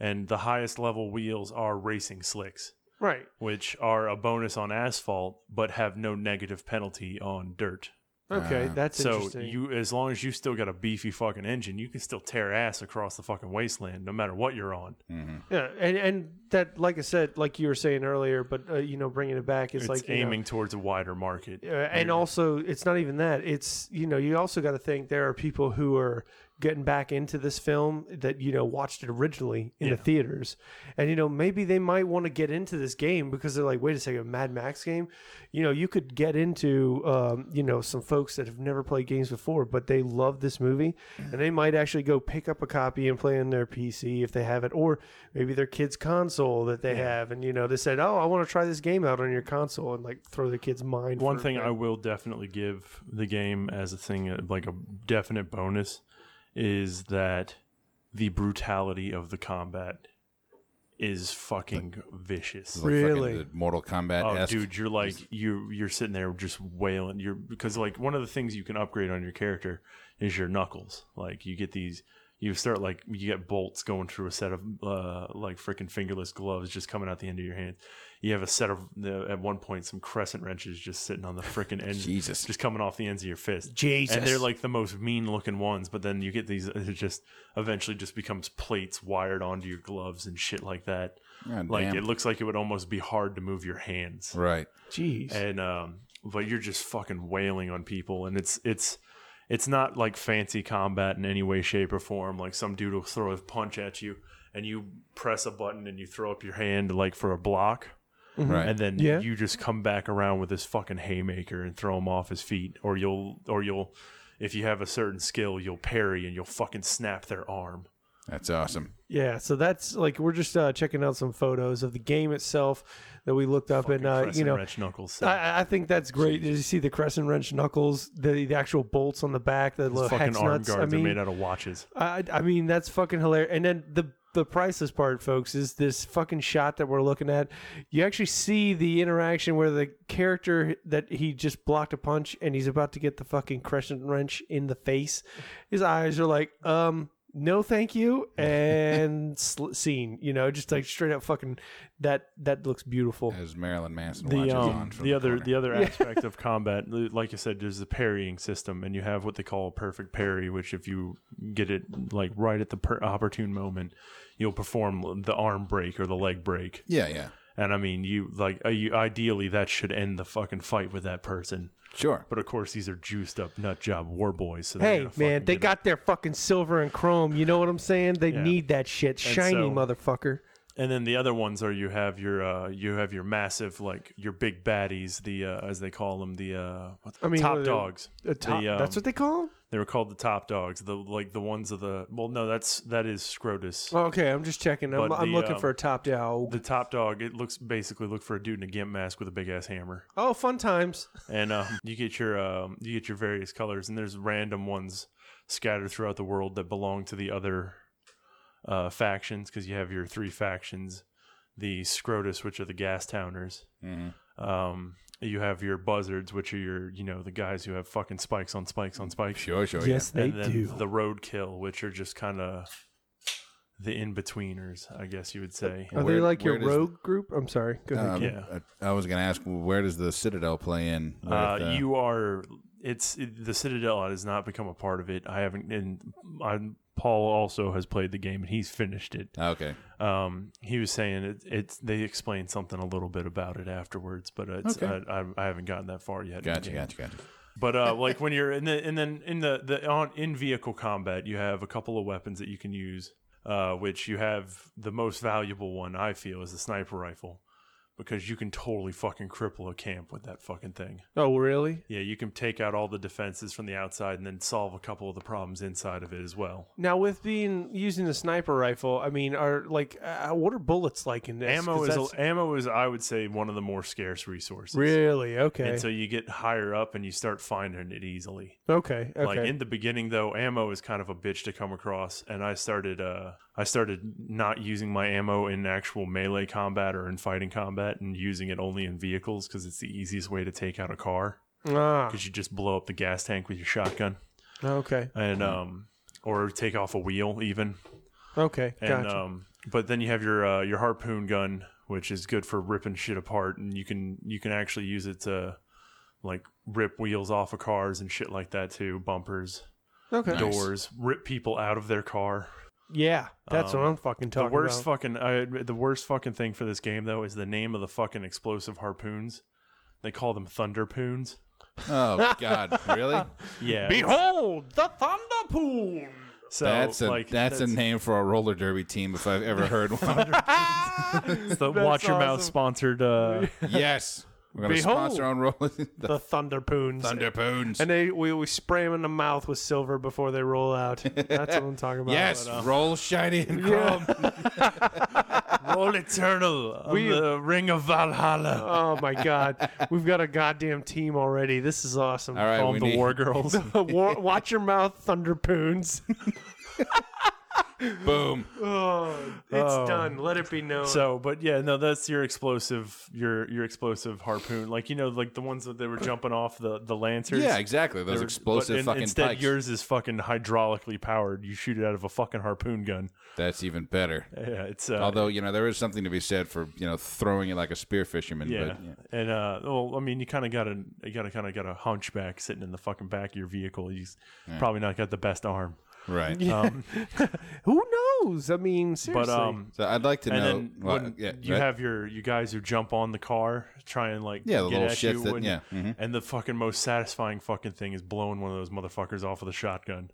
Speaker 4: and the highest level wheels are racing slicks
Speaker 3: Right.
Speaker 4: which are a bonus on asphalt but have no negative penalty on dirt
Speaker 3: Okay, that's
Speaker 4: so
Speaker 3: interesting.
Speaker 4: you as long as you still got a beefy fucking engine you can still tear ass across the fucking wasteland no matter what you're on
Speaker 3: yeah, and and that like I said, like you were saying earlier, but uh, you know, bringing it back is
Speaker 4: it's
Speaker 3: like you know,
Speaker 4: aiming towards a wider market
Speaker 3: Uh, and also it's not even that it's you know you also got to think there are people who are getting back into this film that you know watched it originally in the theaters and you know maybe they might want to get into this game because they're like wait a second mad max game you know you could get into um, you know some folks that have never played games before but they love this movie and they might actually go pick up a copy and play on their pc if they have it or maybe their kids console that they have and you know they said oh i want to try this game out on your console and like throw the kid's mind
Speaker 4: One
Speaker 3: for-
Speaker 4: thing I will definitely give the game as a thing, uh, like a definite bonus, is that the brutality of the combat is fucking vicious.
Speaker 1: It's like fucking
Speaker 3: Really?
Speaker 1: the Mortal Kombat.
Speaker 4: Oh, dude, you're like you you're sitting there just wailing. You're because like one of the things you can upgrade on your character is your knuckles. Like you get these, you start like you get bolts going through a set of uh, like freaking fingerless gloves just coming out the end of your hand. You have a set of the, at one point some crescent wrenches just sitting on the freaking end,
Speaker 1: Jesus.
Speaker 4: just coming off the ends of your fist.
Speaker 3: Jesus.
Speaker 4: and they're like the most mean looking ones. But then you get these, it just eventually just becomes plates wired onto your gloves and shit like that.
Speaker 1: God
Speaker 4: like
Speaker 1: damn.
Speaker 4: it looks like it would almost be hard to move your hands
Speaker 1: Right.
Speaker 3: Jeez.
Speaker 4: and um but you're just fucking wailing on people and it's it's it's not like fancy combat in any way shape or form like some dude will throw a punch at you and you press a button and you throw up your hand like for a block
Speaker 1: Right.
Speaker 4: Mm-hmm. and then
Speaker 3: Yeah.
Speaker 4: you just come back around with this fucking haymaker and throw him off his feet or you'll or you'll if you have a certain skill you'll parry and you'll fucking snap their arm
Speaker 1: That's awesome.
Speaker 3: yeah, so that's like we're just uh, checking out some photos of the game itself that we looked up, and uh, you
Speaker 4: Crescent
Speaker 3: know,
Speaker 4: wrench knuckles
Speaker 3: I, I think that's great. Did you see the crescent wrench knuckles, the, the actual bolts on the back, the little
Speaker 4: fucking
Speaker 3: hex
Speaker 4: arm
Speaker 3: nuts?
Speaker 4: guards
Speaker 3: I
Speaker 4: are
Speaker 3: mean,
Speaker 4: made out of watches
Speaker 3: I, I mean that's fucking hilarious. And then the the priceless part, folks, is this fucking shot that we're looking at. You actually see the interaction where the character that he just blocked a punch and he's about to get the fucking crescent wrench in the face. His eyes are like, um, no, thank you, and sl- scene. You know, just like straight up fucking that. That looks beautiful.
Speaker 1: As Marilyn Manson
Speaker 4: the,
Speaker 1: watches
Speaker 4: um,
Speaker 1: on from
Speaker 4: the other
Speaker 1: corner.
Speaker 4: the other aspect of combat like i said there's the parrying system and you have what they call a perfect parry which if you get it like right at the per- opportune moment you'll perform the arm break or the leg break
Speaker 1: yeah, yeah.
Speaker 4: and i mean you like uh, you ideally that should end the fucking fight with that person
Speaker 1: Sure.
Speaker 4: but of course these are juiced up nut job war boys so they're
Speaker 3: Hey
Speaker 4: gonna
Speaker 3: man,
Speaker 4: fucking
Speaker 3: they
Speaker 4: get
Speaker 3: got their fucking silver and chrome. You know what I'm saying? They
Speaker 4: Yeah.
Speaker 3: need that shit, shiny
Speaker 4: so-
Speaker 3: mother motherfucker.
Speaker 4: and then the other ones are you have your uh, you have your massive like your big baddies the uh, as they call them the uh, what's,
Speaker 3: I mean,
Speaker 4: top
Speaker 3: what are they-
Speaker 4: dogs
Speaker 3: A top,
Speaker 4: The, um,
Speaker 3: that's what they call them.
Speaker 4: they were called the top dogs the like the ones of the well no that's that is Scrotus
Speaker 3: Okay, I'm just checking. I'm,
Speaker 4: But
Speaker 3: I'm
Speaker 4: the,
Speaker 3: looking
Speaker 4: um,
Speaker 3: for a top dog.
Speaker 4: the top dog it looks basically look for a dude in a gimp mask with a big ass hammer
Speaker 3: oh, fun times.
Speaker 4: and um, you get your um, you get your various colors, and there's random ones scattered throughout the world that belong to the other uh, factions because you have your three factions: the Scrotus, which are the gas towners.
Speaker 1: Mm-hmm.
Speaker 4: Um, you have your buzzards, which are your you know the guys who have fucking spikes on spikes on spikes.
Speaker 1: Sure, sure.
Speaker 3: Oh, yes, they
Speaker 4: and then
Speaker 3: do.
Speaker 4: the roadkill, which are just kind of the in betweeners, I guess you would say.
Speaker 3: Are they
Speaker 1: Where-
Speaker 3: like your
Speaker 1: where does-
Speaker 3: rogue group? I'm sorry. Go ahead.
Speaker 1: Um,
Speaker 4: Yeah.
Speaker 1: I, I was going to ask, where does the Citadel play in? with,
Speaker 4: Uh, you are. It's it, the Citadel has not become a part of it. I haven't, and i Paul also has played the game and he's finished it.
Speaker 1: okay.
Speaker 4: Um, he was saying it, it's they explained something a little bit about it afterwards, but it's,
Speaker 1: Okay.
Speaker 4: I, I, I haven't gotten that far yet. in the
Speaker 1: Gotcha,
Speaker 4: game.
Speaker 1: gotcha, gotcha.
Speaker 4: But uh, like when you're in the and then in the the on in vehicle combat, you have a couple of weapons that you can use. Uh, which you have the most valuable one, I feel, is the sniper rifle, because you can totally fucking cripple a camp with that fucking thing.
Speaker 3: Oh, really?
Speaker 4: Yeah, you can take out all the defenses from the outside and then solve a couple of the problems inside of it as well.
Speaker 3: Now, with being using a sniper rifle, I mean, are like uh, what are bullets like in this? 'Cause
Speaker 4: ammo is
Speaker 3: that's-
Speaker 4: ammo is I would say one of the more scarce resources.
Speaker 3: really okay.
Speaker 4: And so you get higher up and you start finding it easily.
Speaker 3: okay, okay.
Speaker 4: Like in the beginning though, ammo is kind of a bitch to come across and I started uh I started not using my ammo in actual melee combat or in fighting combat and using it only in vehicles cuz it's the easiest way to take out a car
Speaker 3: ah,
Speaker 4: cuz you just blow up the gas tank with your shotgun
Speaker 3: okay,
Speaker 4: and um or take off a wheel even
Speaker 3: okay,
Speaker 4: and
Speaker 3: gotcha.
Speaker 4: um, but then you have your uh, your harpoon gun, which is good for ripping shit apart, and you can you can actually use it to like rip wheels off of cars and shit like that too, bumpers,
Speaker 3: okay,
Speaker 1: Nice.
Speaker 4: doors, rip people out of their car.
Speaker 3: yeah, that's what I'm fucking
Speaker 4: um, The
Speaker 3: talking
Speaker 4: worst
Speaker 3: about.
Speaker 4: fucking I, admit- the worst fucking thing for this game though is the name of the fucking explosive harpoons. They call them thunderpoons.
Speaker 1: Oh, God. Really?
Speaker 4: Yeah,
Speaker 5: Behold the thunder pool.
Speaker 4: so
Speaker 1: that's a
Speaker 4: like
Speaker 1: that's, a name for a roller derby team if I've ever heard one.
Speaker 4: it's the Watch Your Mouth
Speaker 3: awesome.
Speaker 4: sponsored. Uh,
Speaker 1: yes. We're going to sponsor on roller the
Speaker 3: the thunderpoons,
Speaker 1: Thunderpoons.
Speaker 3: and they we, we spray them in the mouth with silver before they roll out. That's what I'm talking about.
Speaker 1: Yes,
Speaker 3: But, uh,
Speaker 1: roll shiny and chrome.
Speaker 4: Roll Eternal on
Speaker 3: We-
Speaker 4: the Ring of Valhalla.
Speaker 3: oh my god, we've got a goddamn team already. This is awesome.
Speaker 1: All right,
Speaker 4: Call
Speaker 1: we
Speaker 4: them the
Speaker 1: need,
Speaker 4: War Girls.
Speaker 3: Wa- watch your mouth, thunderpoons.
Speaker 1: boom.
Speaker 3: Oh, it's done. Let it be known.
Speaker 4: So, but yeah, no, that's your explosive, your your explosive harpoon, like you know, like the ones that they were jumping off the the lancers.
Speaker 1: Yeah, exactly. Those
Speaker 4: They're-
Speaker 1: explosive
Speaker 4: but in-
Speaker 1: fucking
Speaker 4: Instead,
Speaker 1: pikes.
Speaker 4: yours is fucking hydraulically powered. You shoot it out of a fucking harpoon gun.
Speaker 1: That's even better.
Speaker 4: Yeah, it's uh,
Speaker 1: Although you know there is something to be said for you know throwing it like a spear fisherman.
Speaker 4: yeah.
Speaker 1: But, yeah.
Speaker 4: and uh, well, I mean, you kind of got a you got to kind of got a hunchback sitting in the fucking back of your vehicle. He's probably not got the best arm,
Speaker 1: Right.
Speaker 3: Who knows? I mean, seriously.
Speaker 4: but um.
Speaker 1: So I'd like to
Speaker 4: And
Speaker 1: know.
Speaker 4: then
Speaker 1: well,
Speaker 4: when
Speaker 1: yeah,
Speaker 4: you
Speaker 1: right?
Speaker 4: have your you guys who jump on the car, try and like
Speaker 1: Yeah, the
Speaker 4: get
Speaker 1: little
Speaker 4: at
Speaker 1: shit
Speaker 4: you
Speaker 1: that-
Speaker 4: when-
Speaker 1: yeah, mhm.
Speaker 4: and the fucking most satisfying fucking thing is blowing one of those motherfuckers off with a shotgun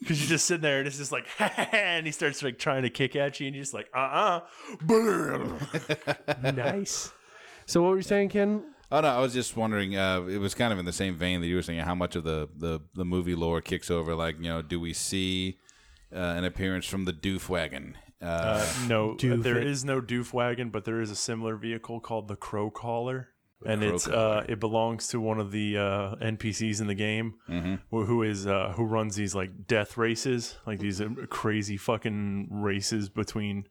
Speaker 4: because you're just sitting there and it's just like and he starts like trying to kick at you and you're just like uh uh
Speaker 3: nice. So what were you saying, Ken?
Speaker 1: Oh no, I was just wondering. Uh, it was kind of in the same vein that you were saying. How much of the the, the movie lore kicks over? Like you know, do we see uh, an appearance from the doof wagon? Uh,
Speaker 4: no
Speaker 3: Doof
Speaker 4: there
Speaker 3: it.
Speaker 4: is no doof wagon but there is a similar vehicle called the crow caller and
Speaker 1: Crow
Speaker 4: it's
Speaker 1: Caller.
Speaker 4: uh it belongs to one of the uh npcs in the game
Speaker 1: Mm-hmm.
Speaker 4: who, who is uh who runs these like death races like these uh, crazy fucking races between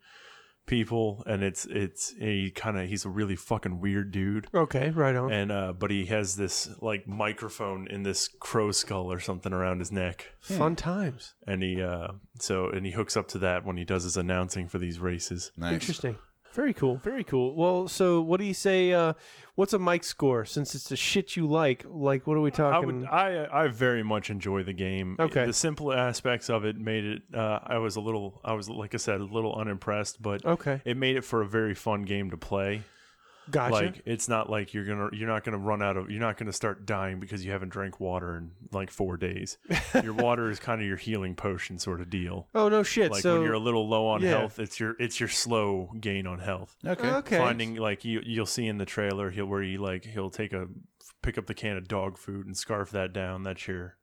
Speaker 4: people and it's it's a kind of he's a really fucking weird dude
Speaker 3: Okay, right on.
Speaker 4: and uh but he has this like microphone in this crow skull or something around his neck
Speaker 3: Fun times.
Speaker 4: and he uh so and he hooks up to that when he does his announcing for these races
Speaker 1: nice.
Speaker 3: Interesting. Very cool. Very cool. Well, so what do you say? Uh, what's a mic score? Since it's the shit you like, like what are we
Speaker 4: I
Speaker 3: talking?
Speaker 4: would. I I very much enjoy the game.
Speaker 3: Okay.
Speaker 4: The simple aspects of it made it. Uh, I was a little. I was like I said, a little unimpressed, but
Speaker 3: Okay.
Speaker 4: it made it for a very fun game to play.
Speaker 3: Gotcha.
Speaker 4: Like it's not like you're gonna you're not gonna run out of you're not gonna start dying because you haven't drank water in like four days. your water is kind of your healing potion sort of deal.
Speaker 3: oh no shit.
Speaker 4: Like
Speaker 3: so
Speaker 4: when you're a little low on
Speaker 3: yeah.
Speaker 4: health, it's your it's your slow gain on health.
Speaker 1: Okay.
Speaker 3: okay.
Speaker 4: Finding like you you'll see in the trailer he'll where he like he'll take a pick up the can of dog food and scarf that down. That's your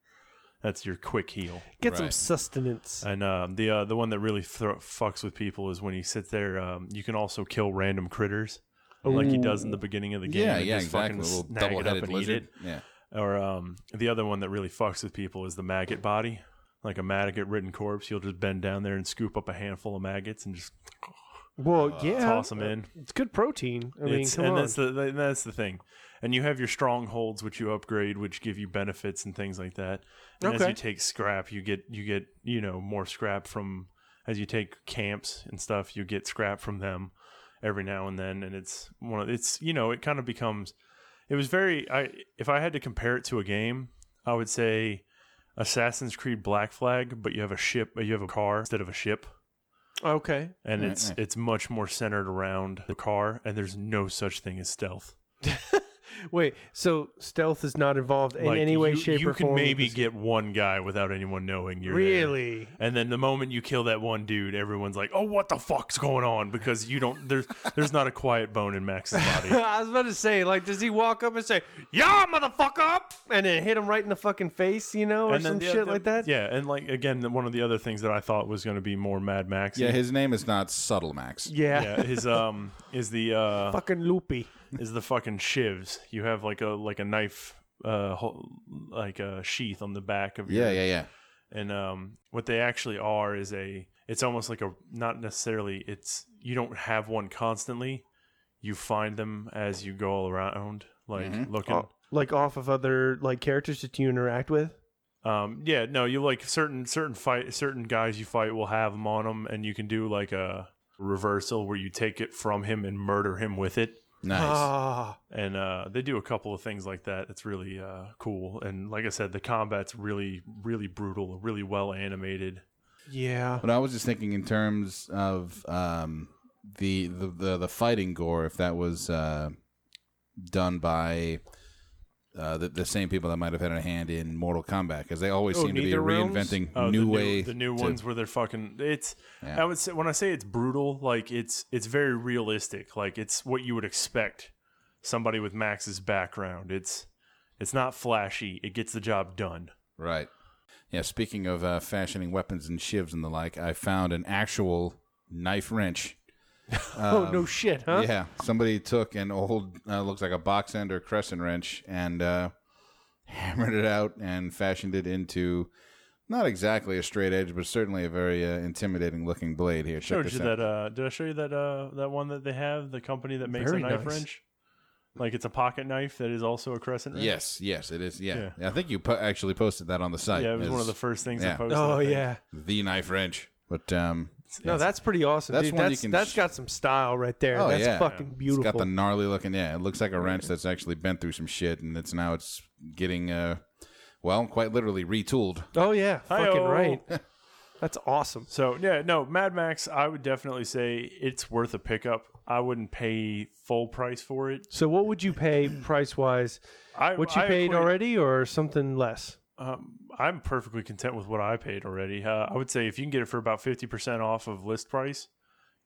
Speaker 4: that's your quick heal.
Speaker 3: Get some
Speaker 1: Right.
Speaker 3: sustenance.
Speaker 4: And um, the uh, the one that really thro fucks with people is when you sit there. Um, you can also kill random critters, like he does in the beginning of the game.
Speaker 1: Yeah,
Speaker 4: and
Speaker 1: yeah,
Speaker 4: just
Speaker 1: exactly. A
Speaker 4: fucking
Speaker 1: little
Speaker 4: snag it up
Speaker 1: double-headed
Speaker 4: and
Speaker 1: lizard.
Speaker 4: eat
Speaker 1: Yeah.
Speaker 4: it. Or um, the other one that really fucks with people is the maggot body, like a maggot-ridden corpse. You'll just bend down there and scoop up a handful of maggots and just
Speaker 3: well, yeah.
Speaker 4: uh, toss them in.
Speaker 3: It's good protein. I mean,
Speaker 4: It's-
Speaker 3: come
Speaker 4: and
Speaker 3: on.
Speaker 4: that's the the- that's the thing. And you have your strongholds, which you upgrade, which give you benefits and things like that. And as
Speaker 3: Okay.
Speaker 4: you take scrap, you get you get you know more scrap from as you take camps and stuff. You get scrap from them every now and then, and it's one of it's you know it kind of becomes. It was very I if I had to compare it to a game, I would say Assassin's Creed Black Flag, but you have a ship, you have a car instead of a ship
Speaker 3: okay.
Speaker 4: and
Speaker 1: Right,
Speaker 4: it's
Speaker 1: right.
Speaker 4: it's much more centered around the car and there's no such thing as stealth
Speaker 3: Wait. So stealth is not involved in
Speaker 4: Like,
Speaker 3: any way,
Speaker 4: you,
Speaker 3: shape,
Speaker 4: you
Speaker 3: or
Speaker 4: can
Speaker 3: form. with
Speaker 4: maybe
Speaker 3: this-
Speaker 4: get one guy without anyone knowing you're there.
Speaker 3: really.
Speaker 4: and then the moment you kill that one dude everyone's like oh what the fuck's going on because you don't there's there's not a quiet bone in max's body
Speaker 3: I was about to say, like, does he walk up and say, "Yeah, motherfucker," and then hit him right in the fucking face, you know, or
Speaker 4: and then
Speaker 3: some
Speaker 4: the-
Speaker 3: shit
Speaker 4: the-
Speaker 3: like that?
Speaker 4: yeah and like again the- one of the other things that i thought was going to be more mad max
Speaker 1: Yeah, his name is not Subtle Max.
Speaker 3: Yeah.
Speaker 4: yeah his um is the uh
Speaker 3: Fucking loopy.
Speaker 4: is the fucking shivs. You have like a like a knife, uh, hol- like a sheath on the back of
Speaker 1: Yeah,
Speaker 4: your-
Speaker 1: yeah, yeah.
Speaker 4: And um, what they actually are is a. It's almost like a not necessarily. It's you don't have one constantly. You find them as you go all around, like
Speaker 1: Mm-hmm.
Speaker 4: looking.
Speaker 3: Oh, like off of other like characters that you interact with.
Speaker 4: Um, yeah, no, you like certain certain fight certain guys you fight will have them on them, and you can do like a reversal where you take it from him and murder him with it.
Speaker 1: Nice.
Speaker 3: Ah,
Speaker 4: and uh, they do a couple of things like that. It's really uh, cool, and like I said, the combat's really, really brutal, really well animated.
Speaker 3: yeah.
Speaker 1: But I was just thinking in terms of um, the, the the the fighting gore, if that was uh, done by uh, the, the same people that might have had a hand in Mortal Kombat, because they always
Speaker 3: Oh,
Speaker 1: seem to be
Speaker 3: neither realms?
Speaker 1: reinventing
Speaker 4: Oh,
Speaker 1: new
Speaker 4: the
Speaker 1: way.
Speaker 4: the new
Speaker 1: to-
Speaker 4: ones where they're fucking. It's
Speaker 1: Yeah.
Speaker 4: I would say when I say it's brutal, like it's it's very realistic. Like it's what you would expect somebody with Max's background. It's it's not flashy. It gets the job done.
Speaker 1: Right. Yeah. Speaking of uh, fashioning weapons and shivs and the like, I found an actual knife wrench.
Speaker 4: Um,
Speaker 3: oh no shit, huh?
Speaker 1: Yeah, somebody took an old, uh, looks like a box end or crescent wrench, and uh, hammered it out and fashioned it into not exactly a straight edge, but certainly a very uh, intimidating looking blade. Here, check
Speaker 4: Showed
Speaker 1: this
Speaker 4: you
Speaker 1: out.
Speaker 4: that. Uh, did I show you that uh, that one that they have? The company that makes
Speaker 3: Very
Speaker 4: a knife
Speaker 3: nice.
Speaker 4: wrench. Like it's a pocket knife that is also a crescent wrench.
Speaker 1: Yes, yes, it is. Yeah, I think you po- actually posted that on the site.
Speaker 4: Yeah, it was one
Speaker 1: as
Speaker 4: of the first things
Speaker 1: yeah.
Speaker 4: I posted. I
Speaker 3: Oh
Speaker 4: think.
Speaker 3: yeah.
Speaker 1: the knife wrench. But um,
Speaker 3: No, that's pretty awesome.
Speaker 1: That's
Speaker 3: dude.
Speaker 1: one you
Speaker 3: That's,
Speaker 1: can
Speaker 3: that's
Speaker 1: sh-
Speaker 3: got some style right there.
Speaker 1: Oh,
Speaker 3: that's
Speaker 1: yeah.
Speaker 3: fucking
Speaker 1: It's
Speaker 3: beautiful.
Speaker 1: got the gnarly looking. Yeah, it looks like a wrench that's actually been through some shit, and it's now it's getting uh, well, quite literally retooled.
Speaker 3: oh yeah, fucking
Speaker 4: Hi-yo.
Speaker 3: right. that's awesome.
Speaker 4: So yeah, no, Mad Max. I would definitely say it's worth a pickup. I wouldn't pay full price for it.
Speaker 3: So what would you pay price wise?
Speaker 4: I,
Speaker 3: What you
Speaker 4: I
Speaker 3: paid
Speaker 4: equate-
Speaker 3: already, or something less?
Speaker 4: Um, I'm perfectly content with what I paid already. Uh, I would say if you can get it for about fifty percent off of list price,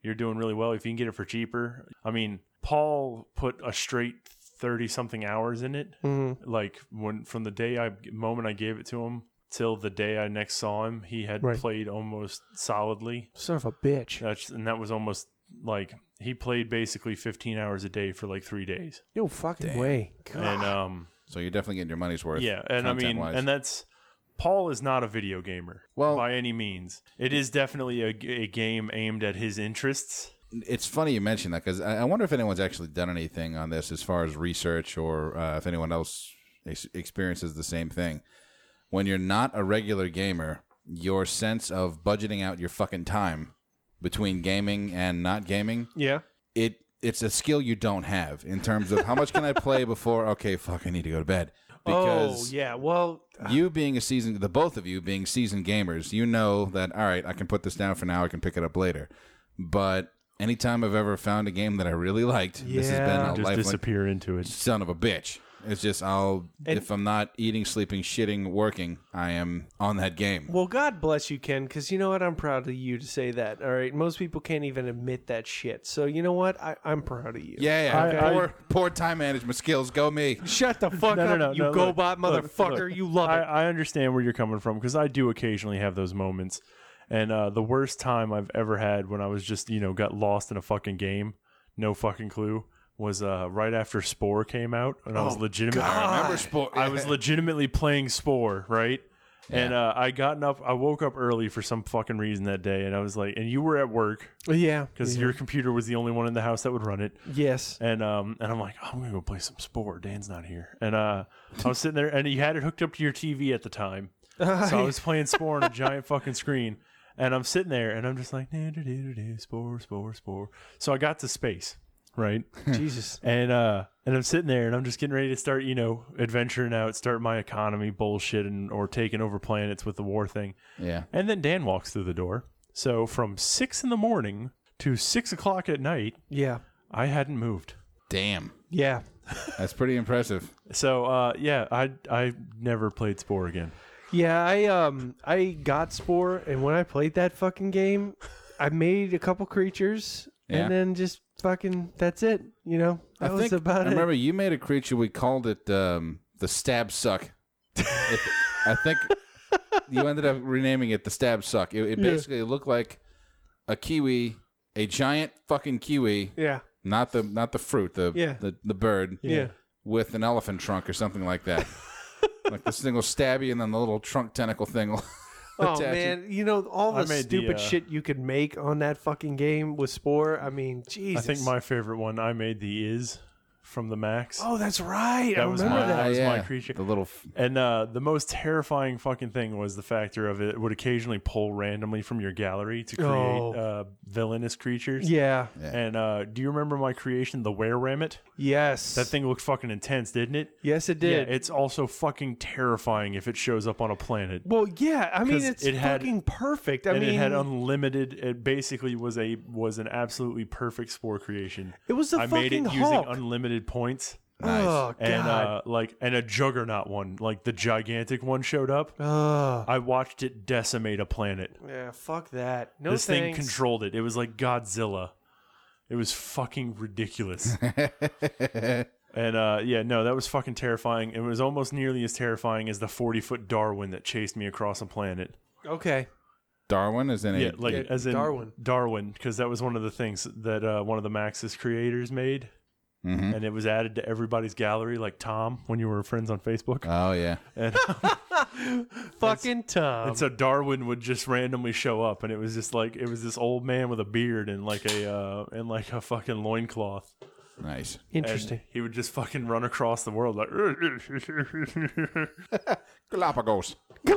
Speaker 4: you're doing really well. If you can get it for cheaper, I mean, Paul put a straight thirty something hours in it.
Speaker 3: Mhm.
Speaker 4: Like when from the day I moment I gave it to him till the day I next saw him, he had
Speaker 3: Right.
Speaker 4: played almost solidly.
Speaker 3: Son of a bitch.
Speaker 4: That's and that was almost like he played basically 15 hours a day for like three days,
Speaker 3: No fucking way.
Speaker 4: and um,
Speaker 1: So you're definitely getting your money's worth.
Speaker 4: yeah, and I mean,
Speaker 1: content-wise.
Speaker 4: and that's Paul is not a video gamer,
Speaker 1: Well-
Speaker 4: by any means. It is definitely a, g- a game aimed at his interests.
Speaker 1: it's funny you mention that because I, I wonder if anyone's actually done anything on this as far as research or uh, if anyone else ex- experiences the same thing. When you're not a regular gamer, your sense of budgeting out your fucking time between gaming and not gaming
Speaker 3: Yeah.
Speaker 1: it it's a skill you don't have in terms of how much can I play before okay fuck I need to go to bed
Speaker 3: Oh
Speaker 1: because
Speaker 3: yeah. Well,
Speaker 1: you being a seasoned the both of you being seasoned gamers you know that all right I can put this down for now I can pick it up later but Anytime I've ever found a game that I really liked, this has been
Speaker 3: Yeah.
Speaker 1: a
Speaker 4: Just
Speaker 1: lifelong
Speaker 4: disappear into it.
Speaker 1: son of a bitch. It's just I'll if I'm not eating, sleeping, shitting, working, I am on that game.
Speaker 3: Well, God bless you, Ken, because you know what? I'm proud of you to say that. All right. Most people can't even admit that shit. So, you know what? I, I'm proud of you.
Speaker 1: Yeah, yeah.
Speaker 4: I- I-
Speaker 1: poor, poor time management skills. Go me.
Speaker 3: Shut the fuck
Speaker 4: No,
Speaker 3: up,
Speaker 4: no, no,
Speaker 3: you
Speaker 4: no, look,
Speaker 3: GoBot
Speaker 4: look,
Speaker 3: motherfucker.
Speaker 4: look.
Speaker 3: you love
Speaker 4: I,
Speaker 3: it.
Speaker 4: I understand where you're coming from because I do occasionally have those moments. And uh, the worst time I've ever had when I was just, you know, got lost in a fucking game, no fucking clue, was uh, right after Spore came out. And I was
Speaker 3: Oh,
Speaker 4: legitimately.
Speaker 1: I remember sport.
Speaker 4: I was legitimately playing Spore, right? And uh, I gotten up, I woke up early for some fucking reason that day, and I was like, and you were at work
Speaker 3: yeah.
Speaker 4: because
Speaker 3: yeah.
Speaker 4: your computer was the only one in the house that would run it.
Speaker 3: Yes.
Speaker 4: And um, and I'm like, "Oh, I'm gonna go play some sport. Dan's not here. And uh, I was sitting there, and you had it hooked up to your TV at the time, so I was playing spore on a giant fucking screen. And I'm sitting there, and I'm just like, "Nah, do, do, do, do, spore, spore, spore. So I got to space, right?
Speaker 3: Jesus.
Speaker 4: and uh, and I'm sitting there, and I'm just getting ready to start, you know, adventuring out, start my economy bullshit, and or taking over planets with the war thing.
Speaker 1: yeah.
Speaker 4: And then Dan walks through the door. So from six in the morning to six o'clock at night,
Speaker 3: Yeah.
Speaker 4: I hadn't moved.
Speaker 1: Damn.
Speaker 3: Yeah.
Speaker 1: That's pretty impressive.
Speaker 4: So uh, yeah, I I never played Spore again.
Speaker 3: Yeah, I um I got Spore and when I played that fucking game, I made a couple creatures
Speaker 1: Yeah.
Speaker 3: and then just fucking that's it. You know? That
Speaker 1: I
Speaker 3: was
Speaker 1: think
Speaker 3: about
Speaker 1: I
Speaker 3: it.
Speaker 1: remember you made a creature. We called it um, the stab suck. It- I think you ended up renaming it the stab suck. It, it basically looked like a kiwi, a giant fucking kiwi,
Speaker 3: yeah.
Speaker 1: not the not the fruit, the
Speaker 3: Yeah.
Speaker 1: the, the bird,
Speaker 3: Yeah.
Speaker 1: with an elephant trunk or something like that. like this thing will stab you, and then the little trunk tentacle thing will.
Speaker 3: Oh
Speaker 1: attach it.
Speaker 3: man, you know all
Speaker 4: I
Speaker 3: the
Speaker 4: made the,
Speaker 3: stupid
Speaker 4: uh,
Speaker 3: shit you could make on that fucking game with Spore. I mean, Jesus.
Speaker 4: I think my favorite one I made the is from the Max,
Speaker 3: Oh, that's right. I
Speaker 4: That was
Speaker 3: remember
Speaker 4: mine.
Speaker 3: that.
Speaker 1: Ah,
Speaker 4: was my
Speaker 1: yeah,
Speaker 4: creature.
Speaker 1: The little f-
Speaker 4: and uh, the most terrifying fucking thing was the factor of it would occasionally pull randomly from your gallery to create
Speaker 3: Oh.
Speaker 4: uh, villainous creatures.
Speaker 3: Yeah.
Speaker 4: And uh, do you remember my creation, the Were Rammet?
Speaker 3: Yes.
Speaker 4: That thing looked fucking intense, didn't it?
Speaker 3: Yes, it did.
Speaker 4: Yeah, it's also fucking terrifying if it shows up on a planet.
Speaker 3: well, yeah. I mean,
Speaker 4: 'Cause
Speaker 3: it's
Speaker 4: it had-
Speaker 3: fucking perfect. I
Speaker 4: and
Speaker 3: mean, oh,
Speaker 4: it had unlimited. It basically was a was an absolutely perfect spore creation.
Speaker 3: It was the
Speaker 4: I made
Speaker 3: fucking
Speaker 4: it using
Speaker 3: Hulk.
Speaker 4: unlimited points
Speaker 1: nice.
Speaker 3: oh god.
Speaker 4: and uh, like and a juggernaut one, like the gigantic one showed up.
Speaker 3: Ugh.
Speaker 4: I watched it decimate a planet.
Speaker 3: yeah. Fuck that. No
Speaker 4: this thing
Speaker 3: thanks.
Speaker 4: controlled it. It was like Godzilla. It was fucking ridiculous. and uh, yeah, no, that was fucking terrifying. It was almost nearly as terrifying as the forty foot Darwin that chased me across a planet.
Speaker 3: Okay.
Speaker 1: Darwin is in a
Speaker 4: Yeah, like
Speaker 3: Yeah,
Speaker 4: as in
Speaker 3: Darwin.
Speaker 4: Darwin, because that was one of the things that uh, one of the Maxis creators made,
Speaker 1: Mhm.
Speaker 4: and it was added to everybody's gallery, like Tom when you were friends on Facebook.
Speaker 1: Oh yeah,
Speaker 4: and,
Speaker 3: Fucking Tom.
Speaker 4: and so Darwin would just randomly show up, and it was just like it was this old man with a beard and like a uh, and like a fucking loincloth.
Speaker 1: nice.
Speaker 4: And
Speaker 3: Interesting.
Speaker 4: He would just fucking run across the world like,
Speaker 1: Galapagos.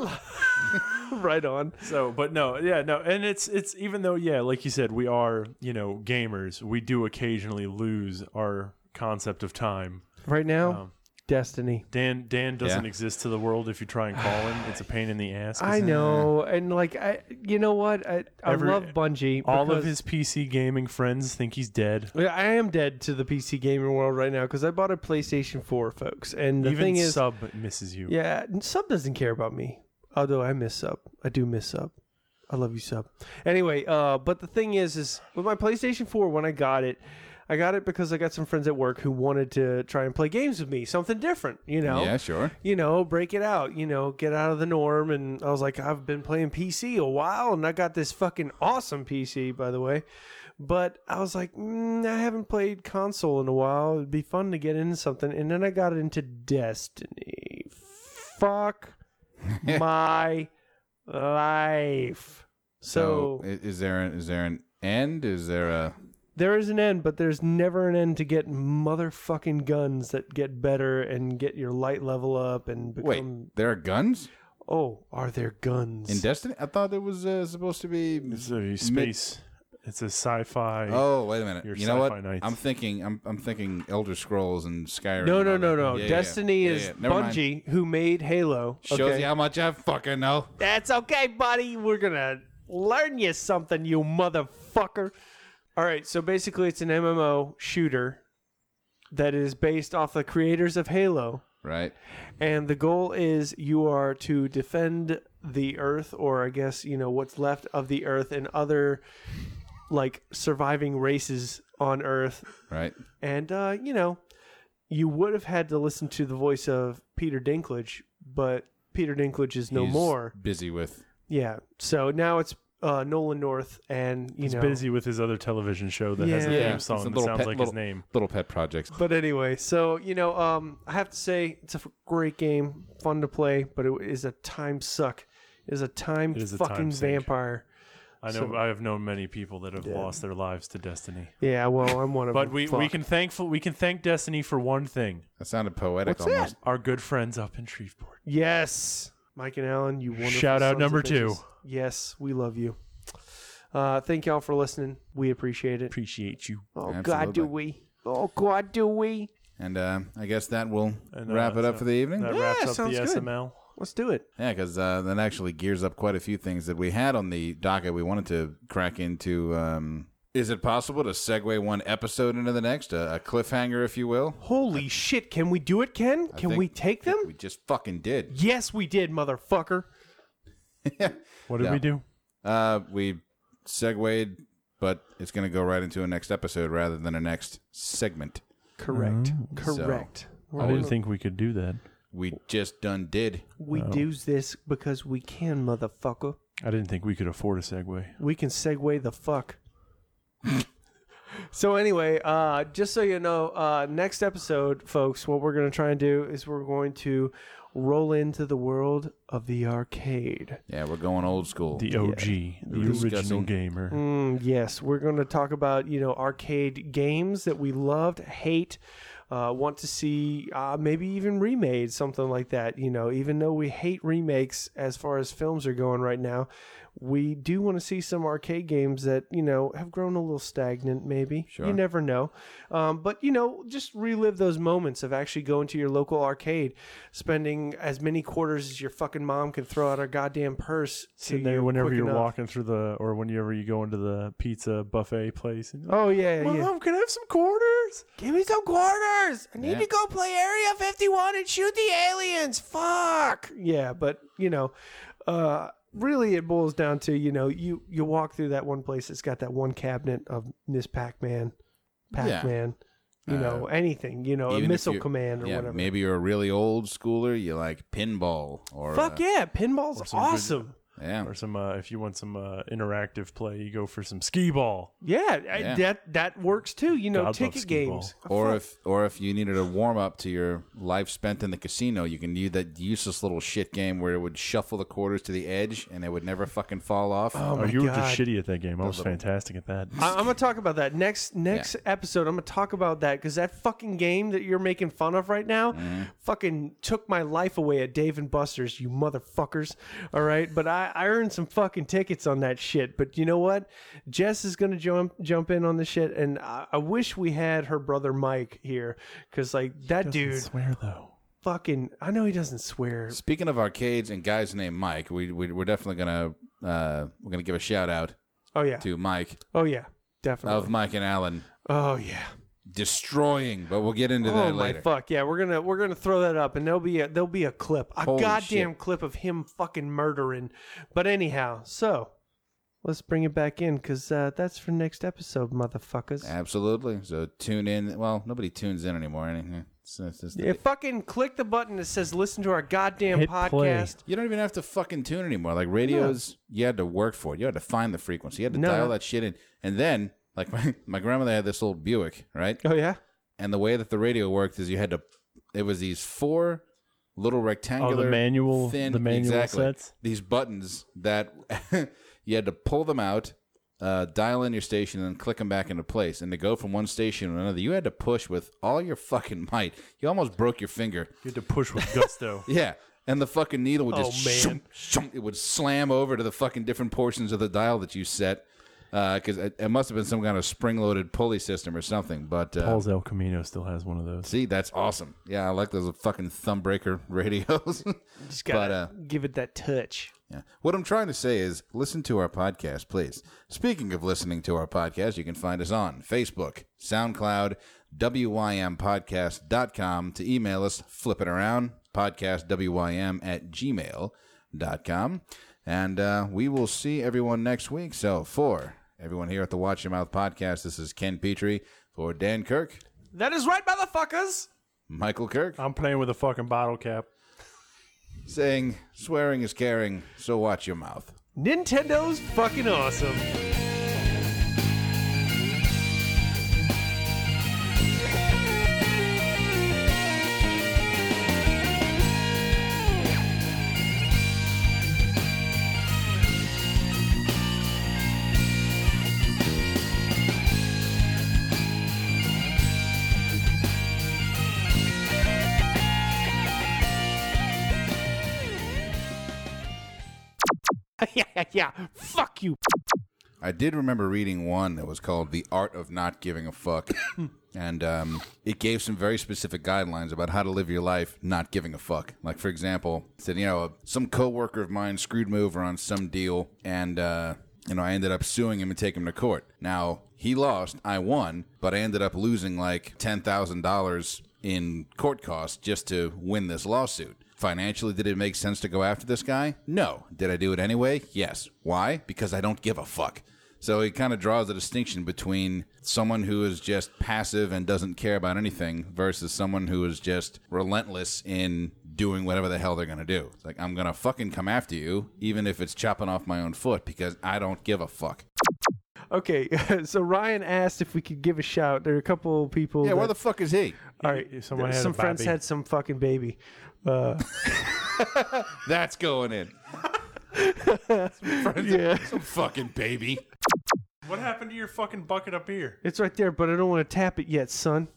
Speaker 3: right on.
Speaker 4: So, but no, yeah, no, and it's it's even though yeah, like you said, we are you know gamers. We do occasionally lose our concept of time.
Speaker 3: Right now,
Speaker 4: Um,
Speaker 3: Destiny.
Speaker 4: Dan Dan doesn't
Speaker 1: Yeah.
Speaker 4: exist to the world if you try and call him. It's a pain in the ass. 'cause
Speaker 3: I know, and like I, you know what? I, I
Speaker 4: Every-
Speaker 3: love Bungie.
Speaker 4: All of
Speaker 3: because-
Speaker 4: his PC gaming friends think he's dead.
Speaker 3: Yeah, I am dead to the PC gaming world right now because I bought a PlayStation 4, folks. And the
Speaker 4: Even
Speaker 3: thing is,
Speaker 4: Sub misses you.
Speaker 3: yeah, Sub doesn't care about me. Although I miss Sub, I do miss Sub. I love you, Sub. Anyway, uh, but the thing is, is with my PlayStation 4, when I got it, I got it because I got some friends at work who wanted to try and play games with me, something different, you know.
Speaker 1: Yeah, sure.
Speaker 3: you know, break it out, you know, get out of the norm. And I was like, I've been playing PC a while and I got this fucking awesome PC, by the way. But I was like, mm, I haven't played console in a while. It'd be fun to get into something. And then I got into Destiny. Fuck my life.
Speaker 1: So,
Speaker 3: So,
Speaker 1: i- is there an, is there an end? Is there a
Speaker 3: there is an end, but there's never an end to get motherfucking guns that get better and get your light level up and become.
Speaker 1: wait? there are guns
Speaker 3: Oh, are there guns?
Speaker 1: in Destiny? I thought it was uh, supposed to be.
Speaker 4: It's a space. It's a sci-fi.
Speaker 1: Oh wait a minute!
Speaker 4: Your
Speaker 1: You know what?
Speaker 4: sci-fi nights.
Speaker 1: I'm thinking. I'm, I'm thinking Elder Scrolls and Skyrim.
Speaker 3: no,
Speaker 1: and
Speaker 3: no,
Speaker 1: all
Speaker 3: no,
Speaker 1: that.
Speaker 3: no.
Speaker 1: Yeah, yeah,
Speaker 3: Destiny
Speaker 1: yeah,
Speaker 3: is
Speaker 1: yeah. Never mind.
Speaker 3: Bungie who made Halo.
Speaker 1: Shows
Speaker 3: okay?
Speaker 1: you how much I fucking know.
Speaker 3: That's okay, buddy. We're gonna learn you something, you motherfucker. All right, so basically, it's an MMO shooter that is based off the creators of Halo,
Speaker 1: right?
Speaker 3: and the goal is you are to defend the Earth, or I guess you know what's left of the Earth and other like surviving races on Earth,
Speaker 1: Right.
Speaker 3: and uh, you know you would have had to listen to the voice of Peter Dinklage, but Peter Dinklage is no
Speaker 1: He's
Speaker 3: more.
Speaker 1: Busy with
Speaker 3: Yeah, so now it's uh, Nolan North, and you
Speaker 4: He's
Speaker 3: know
Speaker 4: busy with his other television show that has a
Speaker 3: Yeah.
Speaker 4: theme
Speaker 1: It's a
Speaker 4: song that
Speaker 1: little
Speaker 4: sounds
Speaker 1: pet-
Speaker 4: like his
Speaker 1: little-
Speaker 4: name.
Speaker 1: little pet projects.
Speaker 3: But anyway, so you know, um, I have to say it's a f- great game, fun to play, but it is a time suck. It is a time
Speaker 4: It is a
Speaker 3: fucking
Speaker 4: time sink.
Speaker 3: vampire.
Speaker 4: I know I have known many people that have lost their lives to Destiny.
Speaker 3: Yeah, well, I'm one of
Speaker 4: But
Speaker 3: them.
Speaker 4: we, we
Speaker 3: Fuck.
Speaker 4: can thankful we can thank Destiny for one thing.
Speaker 1: That sounded poetic
Speaker 3: What's
Speaker 1: almost.
Speaker 4: Our good friends up in Shreveport.
Speaker 3: yes, Mike and Alan, you wonderful
Speaker 4: Shout out
Speaker 3: sons of
Speaker 4: number
Speaker 3: bitches.
Speaker 4: two.
Speaker 3: Yes, we love you. Uh, thank y'all for listening. We appreciate it.
Speaker 4: Appreciate you.
Speaker 3: Oh
Speaker 1: Absolutely.
Speaker 3: God, do we? Oh God, do we?
Speaker 1: And uh, I guess that will
Speaker 4: And, uh,
Speaker 1: wrap it up
Speaker 4: so
Speaker 1: for the evening.
Speaker 4: That
Speaker 1: Yeah,
Speaker 4: wraps up
Speaker 3: sounds
Speaker 4: the
Speaker 3: good.
Speaker 4: SML.
Speaker 3: Let's do it.
Speaker 1: 'cause yeah, because uh, that actually gears up quite a few things that we had on the docket we wanted to crack into. Um, is it possible to segue one episode into the next? A, a cliffhanger, if you will?
Speaker 3: Holy shit! Can we do it, Ken? Can
Speaker 1: think-
Speaker 3: we take them?
Speaker 1: We just fucking did.
Speaker 3: Yes, we did, motherfucker.
Speaker 4: What did
Speaker 1: Yeah.
Speaker 4: we do?
Speaker 1: Uh, we segued, but it's going to go right into a next episode rather than a next segment.
Speaker 3: Correct.
Speaker 1: so-
Speaker 3: Correct.
Speaker 4: I didn't think we could do that.
Speaker 1: We just done did.
Speaker 3: We do this because we can, motherfucker.
Speaker 4: I didn't think we could afford a segue.
Speaker 3: We can segue the fuck. so anyway, uh, just so you know, uh, next episode, folks, what we're gonna try and do is we're going to roll into the world of the arcade.
Speaker 1: Yeah, we're going old school.
Speaker 4: The OG, the original
Speaker 1: discussing-
Speaker 4: gamer.
Speaker 3: Mm, yes, we're going to talk about you know arcade games that we loved, hate, uh, want to see, uh, maybe even remade, something like that. You know, even though we hate remakes as far as films are going right now, we do want to see some arcade games that you know have grown a little stagnant. Maybe you never know, um, but you know, just relive those moments of actually going to your local arcade, spending as many quarters as your fucking mom can throw out her goddamn purse. to
Speaker 4: Sitting there
Speaker 3: you
Speaker 4: whenever
Speaker 3: quick
Speaker 4: you're
Speaker 3: enough.
Speaker 4: walking through the, or whenever you go into the pizza buffet place. And,
Speaker 3: Oh yeah, yeah.
Speaker 4: Mom, can I have some quarters?
Speaker 3: Give me some quarters. I need
Speaker 1: Yeah.
Speaker 3: to go play Area 51 and shoot the aliens. Fuck. Yeah, but you know, uh, really, it boils down to you know you you walk through that one place. It's got that one cabinet of Miss Pac Man, Pac Man. You know anything? You know a
Speaker 1: Uh, even if
Speaker 3: missile
Speaker 1: you-
Speaker 3: command or
Speaker 1: yeah,
Speaker 3: whatever.
Speaker 1: maybe you're a really old schooler. You like pinball or
Speaker 3: Fuck
Speaker 1: uh,
Speaker 3: yeah, pinball's
Speaker 4: some good-
Speaker 3: awesome.
Speaker 1: yeah.
Speaker 4: Or some, uh, if you want some uh, interactive play, you go for some skee ball.
Speaker 3: Yeah, I-
Speaker 1: Yeah.
Speaker 3: that that works too. You know,
Speaker 4: God, love
Speaker 3: ticket
Speaker 4: skee ball.
Speaker 3: games.
Speaker 1: Or if or if you needed a warm up to your life spent in the casino, you can use that useless little shit game where it would shuffle the quarters to the edge and it would never fucking fall off.
Speaker 3: Oh
Speaker 4: Oh,
Speaker 3: my
Speaker 4: you were
Speaker 3: God.
Speaker 4: just shitty at that game. I was Ah, fantastic at that.
Speaker 3: I, I'm gonna talk about that next next episode. I'm gonna talk about that because that fucking game that you're making fun of right now, fucking took my life away at Dave and Buster's. You motherfuckers. All right, but I, I earned some fucking tickets on that shit. But you know what? Jess is gonna jump jump in on the shit, and I, I wish we had her brother Mike here because like that dude
Speaker 4: swear though.
Speaker 3: fucking. I know he doesn't swear.
Speaker 1: Speaking of arcades and guys named Mike, we, we we're definitely gonna uh, we're gonna give a shout out
Speaker 3: Oh yeah.
Speaker 1: to Mike
Speaker 3: Oh yeah. Definitely.
Speaker 1: of Mike and Alan
Speaker 3: oh yeah.
Speaker 1: destroying, but we'll get into
Speaker 3: Oh
Speaker 1: that
Speaker 3: my
Speaker 1: later.
Speaker 3: fuck! Yeah, we're gonna we're gonna throw that up, and there'll be a there'll be a clip, a
Speaker 1: Holy
Speaker 3: goddamn
Speaker 1: shit.
Speaker 3: clip of him fucking murdering. But anyhow, so let's bring it back in because uh, that's for next episode, motherfuckers.
Speaker 1: Absolutely. So tune in. Well, nobody tunes in anymore. Anything. It's- it's- it's-
Speaker 3: Yeah, fucking click the button that says "Listen to our goddamn
Speaker 4: Hit play.
Speaker 3: podcast."
Speaker 1: You don't even have to fucking tune anymore. Like radios, you had to work for it. You had to find the frequency. You had to
Speaker 3: No.
Speaker 1: dial that shit in. And then, like my, my grandmother had this old Buick, right?
Speaker 3: Oh yeah,
Speaker 1: And the way that the radio worked is you had to. It was these four little rectangular,
Speaker 4: Oh, manual-
Speaker 1: thin,
Speaker 4: the manual
Speaker 1: exactly,
Speaker 4: sets?
Speaker 1: These buttons that you had to pull them out, uh, dial in your station, and then click them back into place. And to go from one station to another, you had to push with all your fucking might. You almost broke your finger.
Speaker 4: You had to push with gusto.
Speaker 1: Yeah. And the fucking needle would
Speaker 3: Oh,
Speaker 1: just
Speaker 3: man.
Speaker 1: shoom, shoom, it would slam over to the fucking different portions of the dial that you set. because it, it must have been some kind of spring-loaded pulley system or something. But uh,
Speaker 4: Paul's El Camino still has one of those.
Speaker 1: see, that's awesome. Yeah, I like those fucking thumb breaker radios.
Speaker 3: Just
Speaker 1: But,
Speaker 3: gotta
Speaker 1: uh,
Speaker 3: give it that touch.
Speaker 1: Yeah. What I'm trying to say is listen to our podcast, please. Speaking of listening to our podcast, you can find us on Facebook, SoundCloud, WYMPodcast.com to email us, flip it around, podcastwym at gmail.com. And uh, we will see everyone next week. So for everyone here at the Watch Your Mouth podcast, this is Ken Petrie for Dan Kirk,
Speaker 5: That is right, motherfuckers.
Speaker 1: Michael Kirk,
Speaker 4: I'm playing with a fucking bottle cap.
Speaker 1: saying swearing is caring, so watch your mouth.
Speaker 3: Nintendo's fucking awesome. yeah, yeah, yeah. Fuck you.
Speaker 1: I did remember reading one that was called "The Art of Not Giving a Fuck," and um, it gave some very specific guidelines about how to live your life not giving a fuck. Like, for example, it said you know some coworker of mine screwed me over on some deal, and uh, you know I ended up suing him and taking him to court. Now he lost, I won, but I ended up losing like ten thousand dollars in court costs just to win this lawsuit. Financially, did it make sense to go after this guy? No. Did I do it anyway? Yes. Why? Because I don't give a fuck. So he kind of draws a distinction between someone who is just passive and doesn't care about anything versus someone who is just relentless in doing whatever the hell they're going to do. It's like, I'm going to fucking come after you, even if it's chopping off my own foot, because I don't give a fuck.
Speaker 3: Okay, so Ryan asked if we could give a shout. There are a couple people.
Speaker 1: Yeah, where
Speaker 3: that-
Speaker 1: the fuck is he?
Speaker 3: all right,
Speaker 4: If someone had a
Speaker 3: some friends
Speaker 4: baby.
Speaker 3: had some fucking baby. Uh,
Speaker 1: That's going in.
Speaker 3: yeah,
Speaker 1: Some fucking baby.
Speaker 4: What happened to your fucking bucket up here?
Speaker 3: it's right there, but I don't want to tap it yet, son.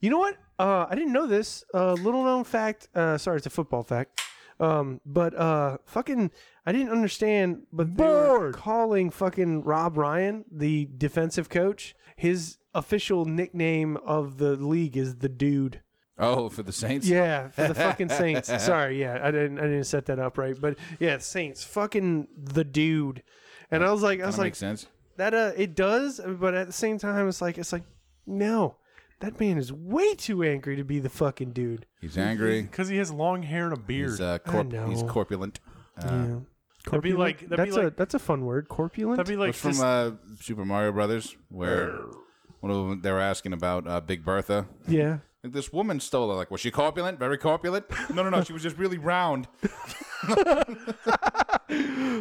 Speaker 3: You know what? Uh, I didn't know this. Uh, little known fact. Uh, sorry, it's a football fact. Um, but uh, fucking, I didn't understand. But they were calling fucking Rob Ryan, the defensive coach, his official nickname of the league is the dude.
Speaker 1: Oh, for the Saints?
Speaker 3: Yeah, for the fucking Saints. Sorry, yeah, I didn't I didn't set that up right, but yeah, Saints, fucking the dude. And I was like, I was
Speaker 1: That
Speaker 3: like,
Speaker 1: makes sense.
Speaker 3: that uh, it does, but at the same time, it's like, it's like, no, that man is way too angry to be the fucking dude.
Speaker 1: He's angry.
Speaker 4: Because he has long hair and a beard.
Speaker 1: He's, uh, corp-
Speaker 3: know.
Speaker 1: he's corpulent. Uh,
Speaker 3: yeah.
Speaker 4: That'd be
Speaker 3: Corpulent?
Speaker 4: like- that'd be
Speaker 3: that's a
Speaker 4: like-
Speaker 3: that's a fun word, corpulent.
Speaker 4: That'd be like
Speaker 1: It's from
Speaker 4: just-
Speaker 1: uh, Super Mario Brothers, where one of them they were asking about uh, Big Bertha.
Speaker 3: yeah,
Speaker 1: Like, this woman stole it. Like, was she corpulent? Very corpulent? No, no, no. she was just really round.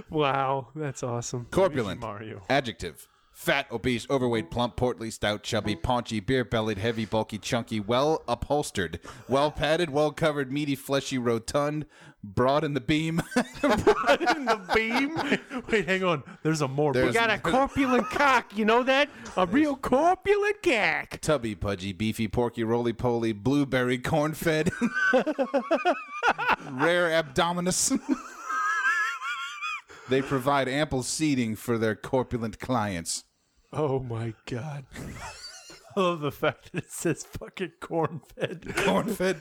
Speaker 3: wow, that's awesome.
Speaker 1: Corpulent.
Speaker 4: Mario.
Speaker 1: Adjective. Fat, obese, overweight, plump, portly, stout, chubby, paunchy, beer bellied, heavy, bulky, chunky, well upholstered, well padded, well covered, meaty, fleshy, rotund, broad in the beam.
Speaker 4: in the beam. Wait, hang on. There's a more.
Speaker 1: There's-
Speaker 4: There's,
Speaker 3: Got a corpulent cock, you know that? A real corpulent cock.
Speaker 1: Tubby, pudgy, beefy, porky, roly poly, blueberry, corn fed, rare abdominis. they provide ample seating for their corpulent clients.
Speaker 3: Oh my god.
Speaker 4: I love the fact that it says fucking corn fed.
Speaker 1: Corn fed.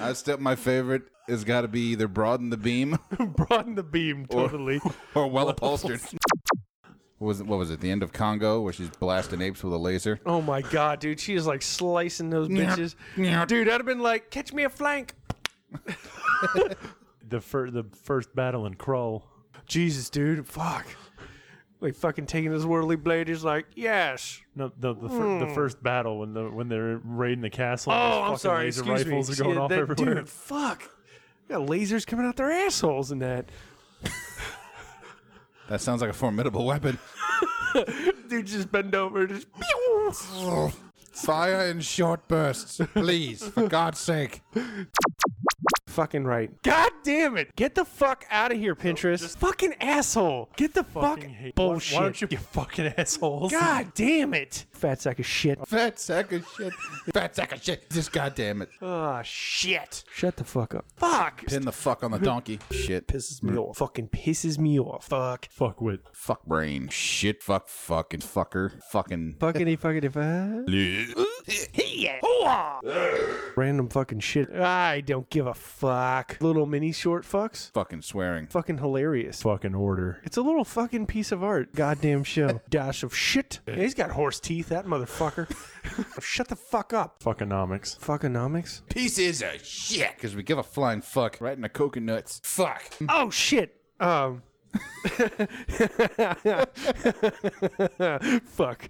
Speaker 1: I step my favorite has got to be either broaden the beam
Speaker 4: Broaden the beam, totally.
Speaker 1: or well upholstered. What was it, what was it? The end of Congo, where she's blasting apes with a laser.
Speaker 3: Oh my god, dude, she is like slicing those bitches. Dude, I'd have been like, catch me a flank.
Speaker 4: the, fir- the first battle in Crawl.
Speaker 3: Jesus, dude, fuck. Like fucking taking his whirly blade, he's like, yes.
Speaker 4: No, the the, fir- the first battle when the when they're raiding the castle. and
Speaker 3: Oh,
Speaker 4: those
Speaker 3: I'm
Speaker 4: fucking
Speaker 3: sorry.
Speaker 4: Laser
Speaker 3: excuse
Speaker 4: rifles
Speaker 3: me.
Speaker 4: are going
Speaker 3: Yeah,
Speaker 4: off
Speaker 3: that-
Speaker 4: everywhere.
Speaker 3: Dude, fuck. Got lasers coming out their assholes in that.
Speaker 1: That sounds like a formidable weapon.
Speaker 3: Dude, just bend over, just.
Speaker 1: Fire in short bursts, please, for God's sake.
Speaker 3: fucking right. God damn it! Get the fuck out of here, Pinterest. fucking asshole. Get the fuck
Speaker 4: Fucking hate- why-
Speaker 3: bullshit.
Speaker 4: Why, don't you, you fucking assholes?
Speaker 3: God damn it! Fat sack of shit.
Speaker 1: Fat sack of shit. Fat sack of shit. Just goddamn it.
Speaker 3: Ah, shit. Shut the fuck up. Fuck.
Speaker 1: Pin the fuck on the donkey. Shit.
Speaker 3: pisses me off. Fucking pisses me off. Fuck.
Speaker 4: Fuck with.
Speaker 1: Fuck brain. Shit. Fuck. Fucking fucker. Fucking.
Speaker 3: Fuckity fuckity fuck. Random fucking shit. I don't give a fuck. Little mini short fucks.
Speaker 1: Fucking swearing.
Speaker 3: Fucking hilarious.
Speaker 4: Fucking order.
Speaker 3: It's a little fucking piece of art. Goddamn show. Dash of shit. Yeah, he's got horse teeth, that motherfucker. Shut the fuck up.
Speaker 4: Fuckonomics.
Speaker 3: Fuckonomics.
Speaker 1: Pieces of shit. Because we give a flying fuck right in the coconuts. Fuck.
Speaker 3: Oh shit. Um. fuck.